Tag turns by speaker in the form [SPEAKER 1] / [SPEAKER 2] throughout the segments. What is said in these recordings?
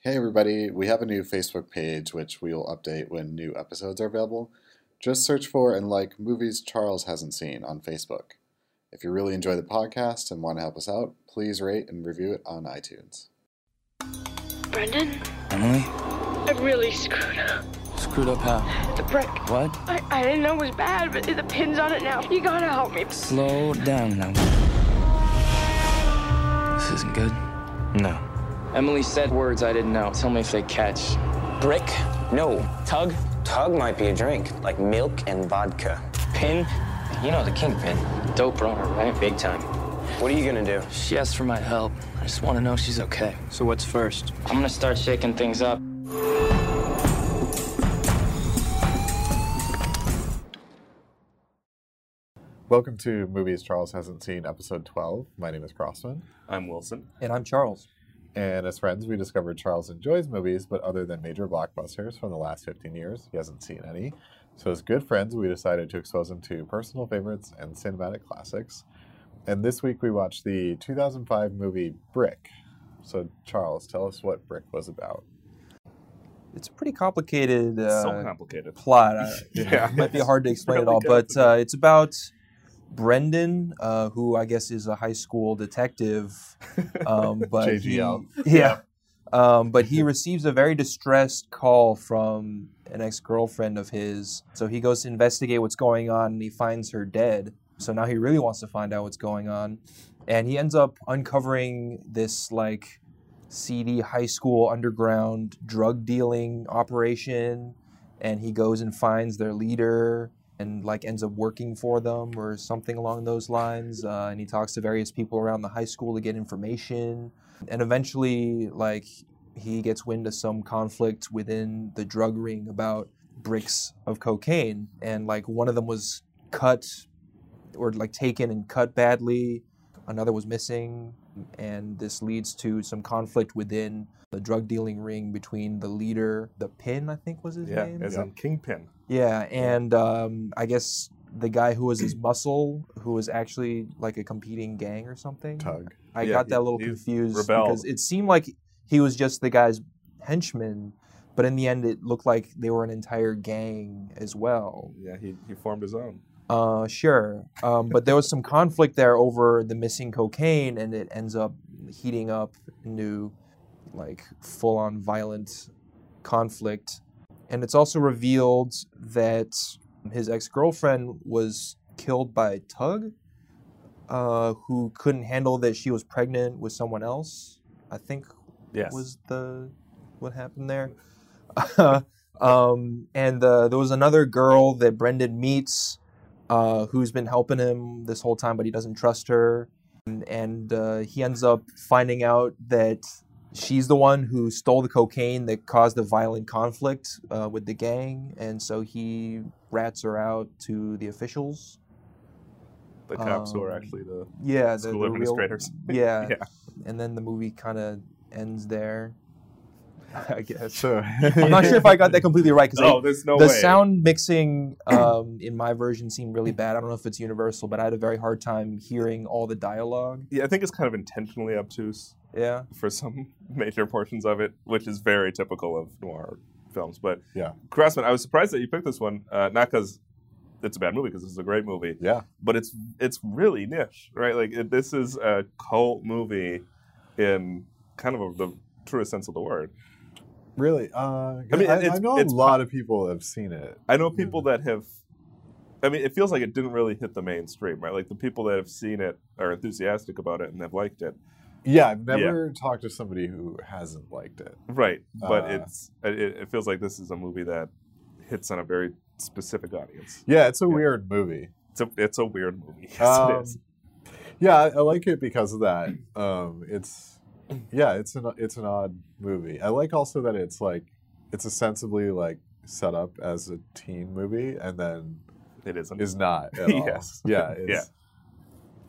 [SPEAKER 1] Hey, everybody, we have a new Facebook page which we will update when new episodes are available. Just search for and like Movies Charles Hasn't Seen on Facebook. If you really enjoy the podcast and want to help us out, please rate and review it on iTunes.
[SPEAKER 2] Brendan,
[SPEAKER 3] Emily?
[SPEAKER 2] I really screwed up.
[SPEAKER 3] Screwed up how?
[SPEAKER 2] The brick.
[SPEAKER 3] What?
[SPEAKER 2] I, I didn't know it was bad, but the pin's on it now. You gotta help me.
[SPEAKER 3] Slow down now. This isn't good. No. Emily said words I didn't know. Tell me if they catch.
[SPEAKER 4] Brick? No.
[SPEAKER 3] Tug?
[SPEAKER 4] Tug might be a drink, like milk and vodka.
[SPEAKER 3] Pin?
[SPEAKER 4] You know the kingpin.
[SPEAKER 3] Dope runner, right?
[SPEAKER 4] Big time. What are you gonna do?
[SPEAKER 3] She asked for my help. I just want to know she's okay.
[SPEAKER 5] So what's first?
[SPEAKER 3] I'm gonna start shaking things up.
[SPEAKER 1] Welcome to Movies Charles Hasn't Seen, episode 12. My name is Crossman.
[SPEAKER 6] I'm Wilson.
[SPEAKER 5] And I'm Charles.
[SPEAKER 1] And as friends, we discovered Charles enjoys movies, but other than major blockbusters from the last 15 years, he hasn't seen any. So, as good friends, we decided to expose him to personal favorites and cinematic classics. And this week we watched the 2005 movie Brick. So, Charles, tell us what Brick was about.
[SPEAKER 5] It's a pretty complicated uh,
[SPEAKER 6] so complicated.
[SPEAKER 5] plot. I-
[SPEAKER 6] Yeah.
[SPEAKER 5] it might be hard to explain
[SPEAKER 6] Really
[SPEAKER 5] it all, but
[SPEAKER 6] complicated.
[SPEAKER 5] uh, it's about Brendan, uh, who I guess is a high school detective. Um, but
[SPEAKER 1] JGL.
[SPEAKER 5] He, yeah. Um, but he receives a very distressed call from an ex girlfriend of his. So he goes to investigate what's going on and he finds her dead. So now he really wants to find out what's going on. And he ends up uncovering this like seedy high school underground drug dealing operation. And he goes and finds their leader and like ends up working for them or something along those lines. Uh, and he talks to various people around the high school to get information and eventually like he gets wind of some conflict within the drug ring about bricks of cocaine and like one of them was cut or like taken and cut badly another was missing and this leads to some conflict within the drug dealing ring between the leader the pin i think was his
[SPEAKER 6] Yeah,
[SPEAKER 5] name
[SPEAKER 6] as in Kingpin.
[SPEAKER 5] yeah, and um, I guess the guy who was his muscle, who was actually like a competing gang or something.
[SPEAKER 1] Tug.
[SPEAKER 5] I
[SPEAKER 6] Yeah,
[SPEAKER 5] got that a little
[SPEAKER 6] he- he's
[SPEAKER 5] confused
[SPEAKER 6] rebelled.
[SPEAKER 5] because it seemed like he was just the guy's henchman, but in the end, it looked like they were an entire gang as well.
[SPEAKER 6] Yeah, he, he formed his own.
[SPEAKER 5] Uh, sure, um, but there was some conflict there over the missing cocaine, and it ends up heating up into like full-on violent conflict. And it's also revealed that his ex-girlfriend was killed by Tug, uh, who couldn't handle that she was pregnant with someone else. I think
[SPEAKER 6] Yes.
[SPEAKER 5] was the what happened there. um, and uh, there was another girl that Brendan meets uh, who's been helping him this whole time, but he doesn't trust her. And, and uh, he ends up finding out that she's the one who stole the cocaine that caused the violent conflict uh, with the gang. And so he rats her out to the officials.
[SPEAKER 6] the cops who are
[SPEAKER 5] um,
[SPEAKER 6] actually the
[SPEAKER 5] Yeah, the,
[SPEAKER 6] school
[SPEAKER 5] the real,
[SPEAKER 6] administrators.
[SPEAKER 5] yeah.
[SPEAKER 6] Yeah.
[SPEAKER 5] And then the movie kind of ends there. I guess.
[SPEAKER 1] So,
[SPEAKER 5] I'm not sure if I got that completely right because
[SPEAKER 6] Oh, there's no
[SPEAKER 5] the
[SPEAKER 6] way.
[SPEAKER 5] sound mixing um, in my version seemed really bad. I don't know if it's universal, but I had a very hard time hearing all the dialogue.
[SPEAKER 6] Yeah, I think it's kind of intentionally obtuse
[SPEAKER 5] Yeah,
[SPEAKER 6] for some major portions of it, which is very typical of noir films. But
[SPEAKER 1] Yeah.
[SPEAKER 6] Crossman, I was surprised that you picked this one, uh, not because it's a bad movie, because this is a great movie,
[SPEAKER 1] yeah.
[SPEAKER 6] but it's it's really niche, right? Like it, this is a cult movie, in kind of the truest sense of the word.
[SPEAKER 1] Really? Uh, I
[SPEAKER 6] I mean,
[SPEAKER 1] mean, I,
[SPEAKER 6] it's-
[SPEAKER 1] know a
[SPEAKER 6] it's-
[SPEAKER 1] lot of people have seen it.
[SPEAKER 6] I know people
[SPEAKER 1] Hmm.
[SPEAKER 6] that have. I mean, it feels like it didn't really hit the mainstream, right? Like the people that have seen it are enthusiastic about it and have liked it,
[SPEAKER 1] Yeah, I've never talked to somebody who hasn't liked it.
[SPEAKER 6] right? But
[SPEAKER 1] Uh.
[SPEAKER 6] it's it, it feels like this is a movie that hits on a very specific audience.
[SPEAKER 1] Yeah, it's a
[SPEAKER 6] Yeah.
[SPEAKER 1] weird movie.
[SPEAKER 6] It's a it's a weird movie. Yes, it
[SPEAKER 1] Um,
[SPEAKER 6] is.
[SPEAKER 1] Yeah, I, I like it because of that. Um, it's yeah, it's an it's an odd movie. I like also that it's like it's ostensibly like set up as a teen movie and then
[SPEAKER 6] It isn't.
[SPEAKER 1] is not at all.
[SPEAKER 6] Yes.
[SPEAKER 1] Yeah.
[SPEAKER 6] Yeah.
[SPEAKER 1] It's,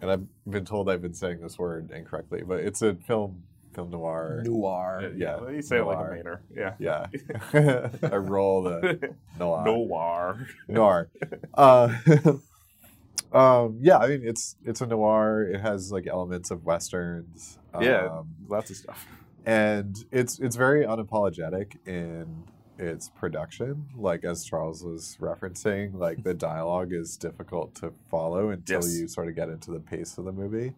[SPEAKER 1] And I've been told I've been saying this word incorrectly, but it's a film film noir.
[SPEAKER 5] noir.
[SPEAKER 1] yeah,
[SPEAKER 6] Well, you say it like a
[SPEAKER 1] noir.
[SPEAKER 6] Mainer. Yeah.
[SPEAKER 1] Yeah. I roll the noir.
[SPEAKER 6] Noir.
[SPEAKER 1] noir. Uh, um, yeah, I mean it's it's a noir. It has like elements of westerns. Um,
[SPEAKER 6] Yeah. Lots of stuff.
[SPEAKER 1] and it's it's very unapologetic in its production like as charles was referencing like the dialogue is difficult to follow until
[SPEAKER 6] Yes.
[SPEAKER 1] you sort of get into the pace of the movie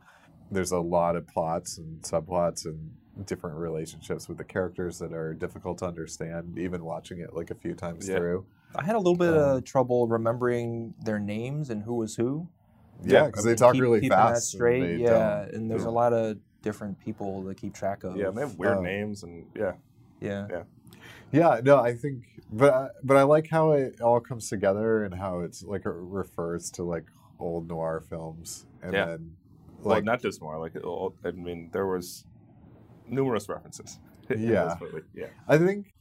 [SPEAKER 1] there's a lot of plots and subplots and different relationships with the characters that are difficult to understand even watching it like a few times
[SPEAKER 6] Yeah.
[SPEAKER 1] through
[SPEAKER 5] I had a little bit
[SPEAKER 1] Um,
[SPEAKER 5] of trouble remembering their names and who was who.
[SPEAKER 1] yeah
[SPEAKER 6] Yeah,
[SPEAKER 1] because
[SPEAKER 5] I've
[SPEAKER 1] they
[SPEAKER 5] been
[SPEAKER 1] talk
[SPEAKER 5] keep-
[SPEAKER 1] really
[SPEAKER 5] keeping
[SPEAKER 1] fast
[SPEAKER 5] That
[SPEAKER 1] and
[SPEAKER 5] straight,
[SPEAKER 1] they
[SPEAKER 5] yeah.
[SPEAKER 1] don't-
[SPEAKER 5] And there's a lot of different people to keep track of.
[SPEAKER 6] Yeah, and they have weird
[SPEAKER 1] Um,
[SPEAKER 6] names and yeah,
[SPEAKER 5] yeah.
[SPEAKER 1] Yeah, no, I think, but I, but I like how it all comes together and how it's like it refers to like old noir films, and
[SPEAKER 6] Yeah.
[SPEAKER 1] then
[SPEAKER 6] well,
[SPEAKER 1] like
[SPEAKER 6] not just more. Like, it'll- I mean, there was numerous references. in this
[SPEAKER 1] Yeah.
[SPEAKER 6] movie. yeah,
[SPEAKER 1] I think,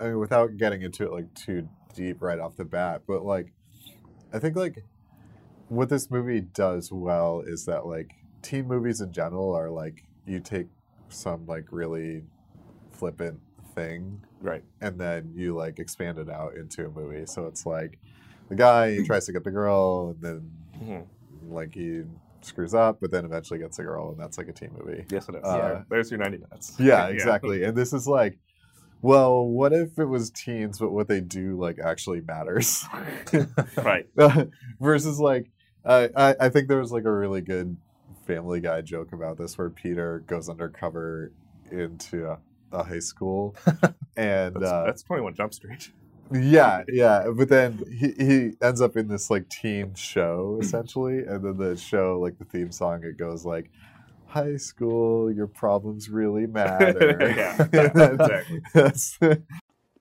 [SPEAKER 1] I mean, without getting into it like too deep right off the bat, but like, I think like what this movie does well is that like teen movies in general are like you take some like really flippant thing
[SPEAKER 6] right.
[SPEAKER 1] and then you like expand it out into a movie. So it's like the guy he tries to get the girl, and then
[SPEAKER 6] Mhm.
[SPEAKER 1] like he screws up, but then eventually gets the girl, and that's like a teen movie.
[SPEAKER 6] Yes, it is.
[SPEAKER 1] Uh,
[SPEAKER 6] There's your ninety minutes.
[SPEAKER 1] Yeah, exactly. And this is like, well, what if it was teens, but what they do like actually matters?
[SPEAKER 6] right.
[SPEAKER 1] Versus like, I I, I think there was like a really good Family Guy joke about this where Peter goes undercover into a, a high school. And
[SPEAKER 6] That's,
[SPEAKER 1] uh,
[SPEAKER 6] that's Twenty One Jump Street.
[SPEAKER 1] yeah, yeah. But then he, he ends up in this like teen show essentially, and then the show like the theme song it goes like, "High school, your problems really matter."
[SPEAKER 6] Yeah, yeah, exactly.
[SPEAKER 1] That's-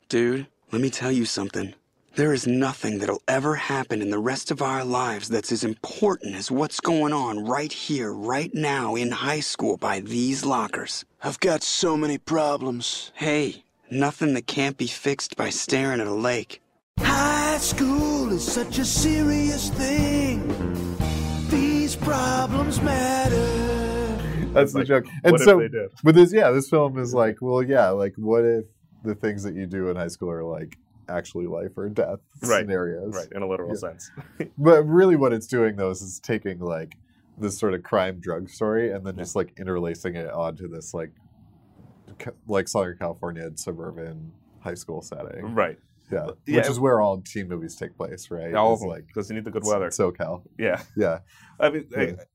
[SPEAKER 7] Dude, let me tell you something. There is nothing that'll ever happen in the rest of our lives that's as important as what's going on right here, right now in high school by these lockers.
[SPEAKER 8] I've got so many problems.
[SPEAKER 7] Hey, nothing that can't be fixed by staring at a lake.
[SPEAKER 8] High school is such a serious thing. These problems matter.
[SPEAKER 1] that's the
[SPEAKER 6] Like,
[SPEAKER 1] joke.
[SPEAKER 6] what
[SPEAKER 1] And
[SPEAKER 6] if
[SPEAKER 1] so,
[SPEAKER 6] they did?
[SPEAKER 1] but this yeah, this film is like, well, yeah, like what if the things that you do in high school are like actually life or death
[SPEAKER 6] Right,
[SPEAKER 1] scenarios?
[SPEAKER 6] Right, in a literal
[SPEAKER 1] Yeah.
[SPEAKER 6] sense.
[SPEAKER 1] But really, what it's doing though is it's taking like this sort of crime drug story and then just like interlacing it onto this like ca- like Southern California suburban high school setting.
[SPEAKER 6] Right.
[SPEAKER 1] Yeah,
[SPEAKER 6] Yeah,
[SPEAKER 1] which is where all teen movies take place, right?
[SPEAKER 6] All of
[SPEAKER 1] Is,
[SPEAKER 6] them,
[SPEAKER 1] like
[SPEAKER 6] because you need the good weather.
[SPEAKER 1] SoCal.
[SPEAKER 6] yeah.
[SPEAKER 1] Yeah,
[SPEAKER 6] I mean,
[SPEAKER 1] Yeah. Mm.
[SPEAKER 6] I,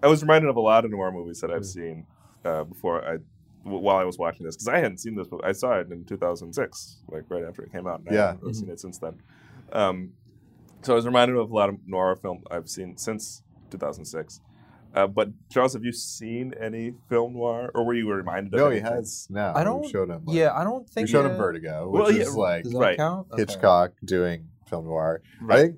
[SPEAKER 6] I was reminded of a lot of noir movies that I've seen uh, before I, w- while I was watching this because I hadn't seen this, but I saw it in 2006, like right after it came out. And I
[SPEAKER 1] Yeah. Mm-hmm.
[SPEAKER 6] haven't really seen it since then. Um, so I was reminded of a lot of noir film I've seen since 2006. Uh, but Charles, have you seen any film noir, or were you reminded? of
[SPEAKER 1] no, he
[SPEAKER 6] anything?
[SPEAKER 1] has now.
[SPEAKER 5] I don't.
[SPEAKER 1] We showed him. Like,
[SPEAKER 5] yeah, I don't
[SPEAKER 1] we
[SPEAKER 5] think.
[SPEAKER 1] showed him
[SPEAKER 5] uh,
[SPEAKER 1] Vertigo, which
[SPEAKER 6] Well, yeah,
[SPEAKER 1] is like
[SPEAKER 5] Does that
[SPEAKER 6] Right.
[SPEAKER 5] count? Okay.
[SPEAKER 1] Hitchcock doing film noir. I
[SPEAKER 6] Right.
[SPEAKER 1] think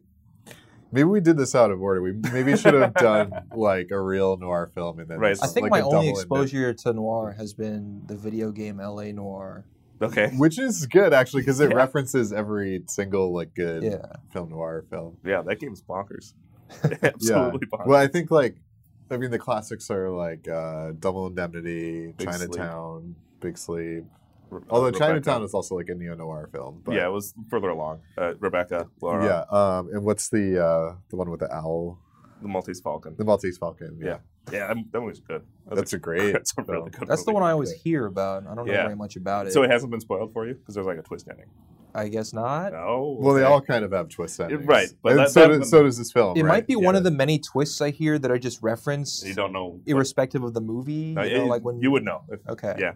[SPEAKER 1] maybe we did this out of order. We maybe should have done like a real noir film and then
[SPEAKER 6] Right.
[SPEAKER 1] this
[SPEAKER 5] I
[SPEAKER 1] is,
[SPEAKER 5] think
[SPEAKER 1] like,
[SPEAKER 5] my
[SPEAKER 1] a
[SPEAKER 5] only
[SPEAKER 1] double indent.
[SPEAKER 5] exposure to noir has been the video game LA Noir.
[SPEAKER 6] Okay.
[SPEAKER 1] which is good actually because it
[SPEAKER 6] Yeah.
[SPEAKER 1] references every single like good
[SPEAKER 5] Yeah.
[SPEAKER 1] film noir film.
[SPEAKER 6] Yeah, that game's bonkers. Absolutely bonkers.
[SPEAKER 1] Well, I think like I mean the classics are like uh, Double Indemnity,
[SPEAKER 6] Big Sleep.
[SPEAKER 1] Chinatown, Big Sleep.
[SPEAKER 6] Re-
[SPEAKER 1] Although
[SPEAKER 6] Rebecca.
[SPEAKER 1] Chinatown is also like a neo noir film. But,
[SPEAKER 6] yeah, it was further along. Uh, Rebecca, Laura,
[SPEAKER 1] yeah. Um, and what's the uh, the one with the owl,
[SPEAKER 6] the Maltese Falcon.
[SPEAKER 1] the Maltese Falcon?
[SPEAKER 6] Yeah, yeah, that, that movie's good.
[SPEAKER 1] That's a great
[SPEAKER 6] That's a really
[SPEAKER 1] film.
[SPEAKER 6] good.
[SPEAKER 5] That's the
[SPEAKER 6] movie.
[SPEAKER 5] one I always hear about. I don't know
[SPEAKER 6] Yeah.
[SPEAKER 5] very much about it.
[SPEAKER 6] So it hasn't been spoiled for you because there's like a twist ending.
[SPEAKER 5] I guess not.
[SPEAKER 6] No.
[SPEAKER 1] Well, they
[SPEAKER 6] okay.
[SPEAKER 1] all kind of have twist endings,
[SPEAKER 6] right, but
[SPEAKER 1] and
[SPEAKER 6] that-
[SPEAKER 1] so,
[SPEAKER 6] that
[SPEAKER 1] does,
[SPEAKER 6] one-
[SPEAKER 1] so does this film.
[SPEAKER 5] It
[SPEAKER 1] right?
[SPEAKER 5] might be
[SPEAKER 1] Yeah.
[SPEAKER 5] one of the many twists I hear that are just referenced,
[SPEAKER 6] You don't know.
[SPEAKER 5] irrespective of the movie.
[SPEAKER 6] No,
[SPEAKER 5] you know,
[SPEAKER 6] it-
[SPEAKER 5] like when
[SPEAKER 6] you would know. If,
[SPEAKER 5] Okay.
[SPEAKER 6] Yeah.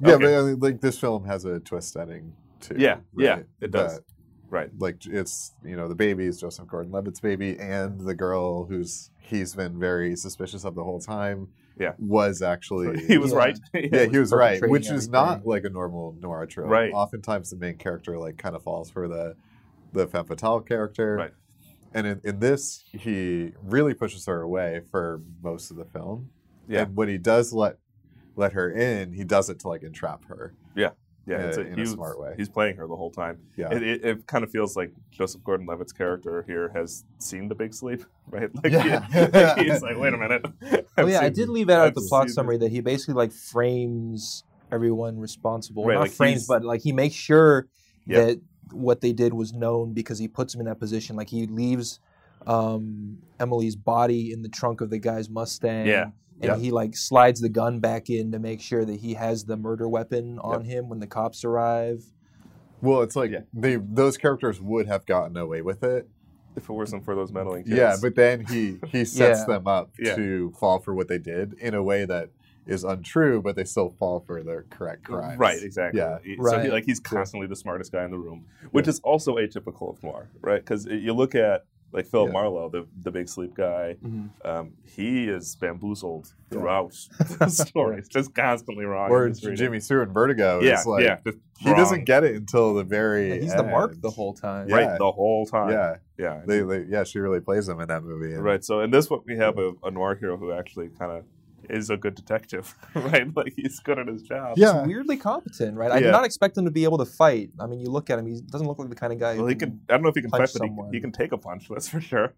[SPEAKER 1] Yeah,
[SPEAKER 6] Okay.
[SPEAKER 1] but uh, like this film has a twist ending too.
[SPEAKER 6] Yeah, yeah,
[SPEAKER 1] right?
[SPEAKER 6] it does. Right.
[SPEAKER 1] like it's you know the baby's Joseph Gordon-Levitt's baby, and the girl who's he's been very suspicious of the whole time.
[SPEAKER 6] Yeah.
[SPEAKER 1] was actually
[SPEAKER 6] He was
[SPEAKER 5] Yeah.
[SPEAKER 6] right.
[SPEAKER 1] yeah, he was right,
[SPEAKER 5] perpetrating
[SPEAKER 1] which is not
[SPEAKER 5] everything.
[SPEAKER 1] like a normal noir trope.
[SPEAKER 6] Right.
[SPEAKER 1] Oftentimes, the main character like kind of falls for the the femme fatale character.
[SPEAKER 6] Right.
[SPEAKER 1] And in, in this, he really pushes her away for most of the film.
[SPEAKER 6] Yeah.
[SPEAKER 1] And when he does let let her in, he does it to like entrap her.
[SPEAKER 6] Yeah, it's
[SPEAKER 1] uh,
[SPEAKER 6] a,
[SPEAKER 1] in a
[SPEAKER 6] he was-
[SPEAKER 1] smart way.
[SPEAKER 6] He's playing her the whole time.
[SPEAKER 1] Yeah.
[SPEAKER 6] It, it, it kind of feels like Joseph Gordon-Levitt's character here has seen the Big Sleep, right? Like,
[SPEAKER 1] Yeah.
[SPEAKER 6] he- he's like, wait a minute.
[SPEAKER 5] Oh
[SPEAKER 6] I've
[SPEAKER 5] yeah, I
[SPEAKER 6] seen-
[SPEAKER 5] did leave out
[SPEAKER 6] I've
[SPEAKER 5] at the plot
[SPEAKER 6] seen-
[SPEAKER 5] summary that he basically like frames everyone responsible.
[SPEAKER 6] Right,
[SPEAKER 5] Not
[SPEAKER 6] like,
[SPEAKER 5] frames,
[SPEAKER 6] he's-
[SPEAKER 5] but like he makes sure
[SPEAKER 6] Yeah.
[SPEAKER 5] that what they did was known because he puts him in that position. Like he leaves um, Emily's body in the trunk of the guy's Mustang.
[SPEAKER 6] Yeah.
[SPEAKER 5] and
[SPEAKER 1] Yeah.
[SPEAKER 5] he like slides the gun back in to make sure that he has the murder weapon on him when the cops arrive.
[SPEAKER 1] Well, it's like
[SPEAKER 6] Yeah.
[SPEAKER 1] they those characters would have gotten away with it.
[SPEAKER 6] If it wasn't for those meddling kids.
[SPEAKER 1] Yeah, but then he he sets
[SPEAKER 5] Yeah.
[SPEAKER 1] them up
[SPEAKER 6] Yeah.
[SPEAKER 1] to fall for what they did in a way that is untrue, but they still fall for their correct crimes.
[SPEAKER 6] Uh, Right, exactly.
[SPEAKER 1] Yeah.
[SPEAKER 6] He- So he,
[SPEAKER 5] Right.
[SPEAKER 6] like he's constantly the smartest guy in the room, which is also atypical of Noir, right? Because you look at like Philip
[SPEAKER 1] Yeah.
[SPEAKER 6] Marlowe, the the big sleep guy, um, he is bamboozled
[SPEAKER 1] Yeah.
[SPEAKER 6] throughout the story. It's just constantly wrong.
[SPEAKER 1] Or
[SPEAKER 6] and misreading.
[SPEAKER 1] Jimmy Stewart in Vertigo
[SPEAKER 6] Yeah,
[SPEAKER 1] is like
[SPEAKER 6] yeah. just
[SPEAKER 1] he
[SPEAKER 6] wrong.
[SPEAKER 1] doesn't get it until the very
[SPEAKER 5] Yeah, he's the mark
[SPEAKER 1] end.
[SPEAKER 5] the whole time.
[SPEAKER 1] Yeah.
[SPEAKER 6] right the whole time.
[SPEAKER 1] Yeah.
[SPEAKER 6] yeah.
[SPEAKER 1] They, they yeah, she really plays him in that movie. and-
[SPEAKER 6] Right. So in this one, we have a, a noir hero who actually kind of is a good detective, right? Like he's good at his job.
[SPEAKER 1] Yeah.
[SPEAKER 5] Weirdly competent, right? I
[SPEAKER 1] Yeah.
[SPEAKER 5] did not expect him to be able to fight. I mean, you look at him; he doesn't look like the kind of guy.
[SPEAKER 6] Well,
[SPEAKER 5] who
[SPEAKER 6] he can. I don't know if he can
[SPEAKER 5] Punch
[SPEAKER 6] punch, but he,
[SPEAKER 5] someone.
[SPEAKER 6] he can take a punch. That's for sure.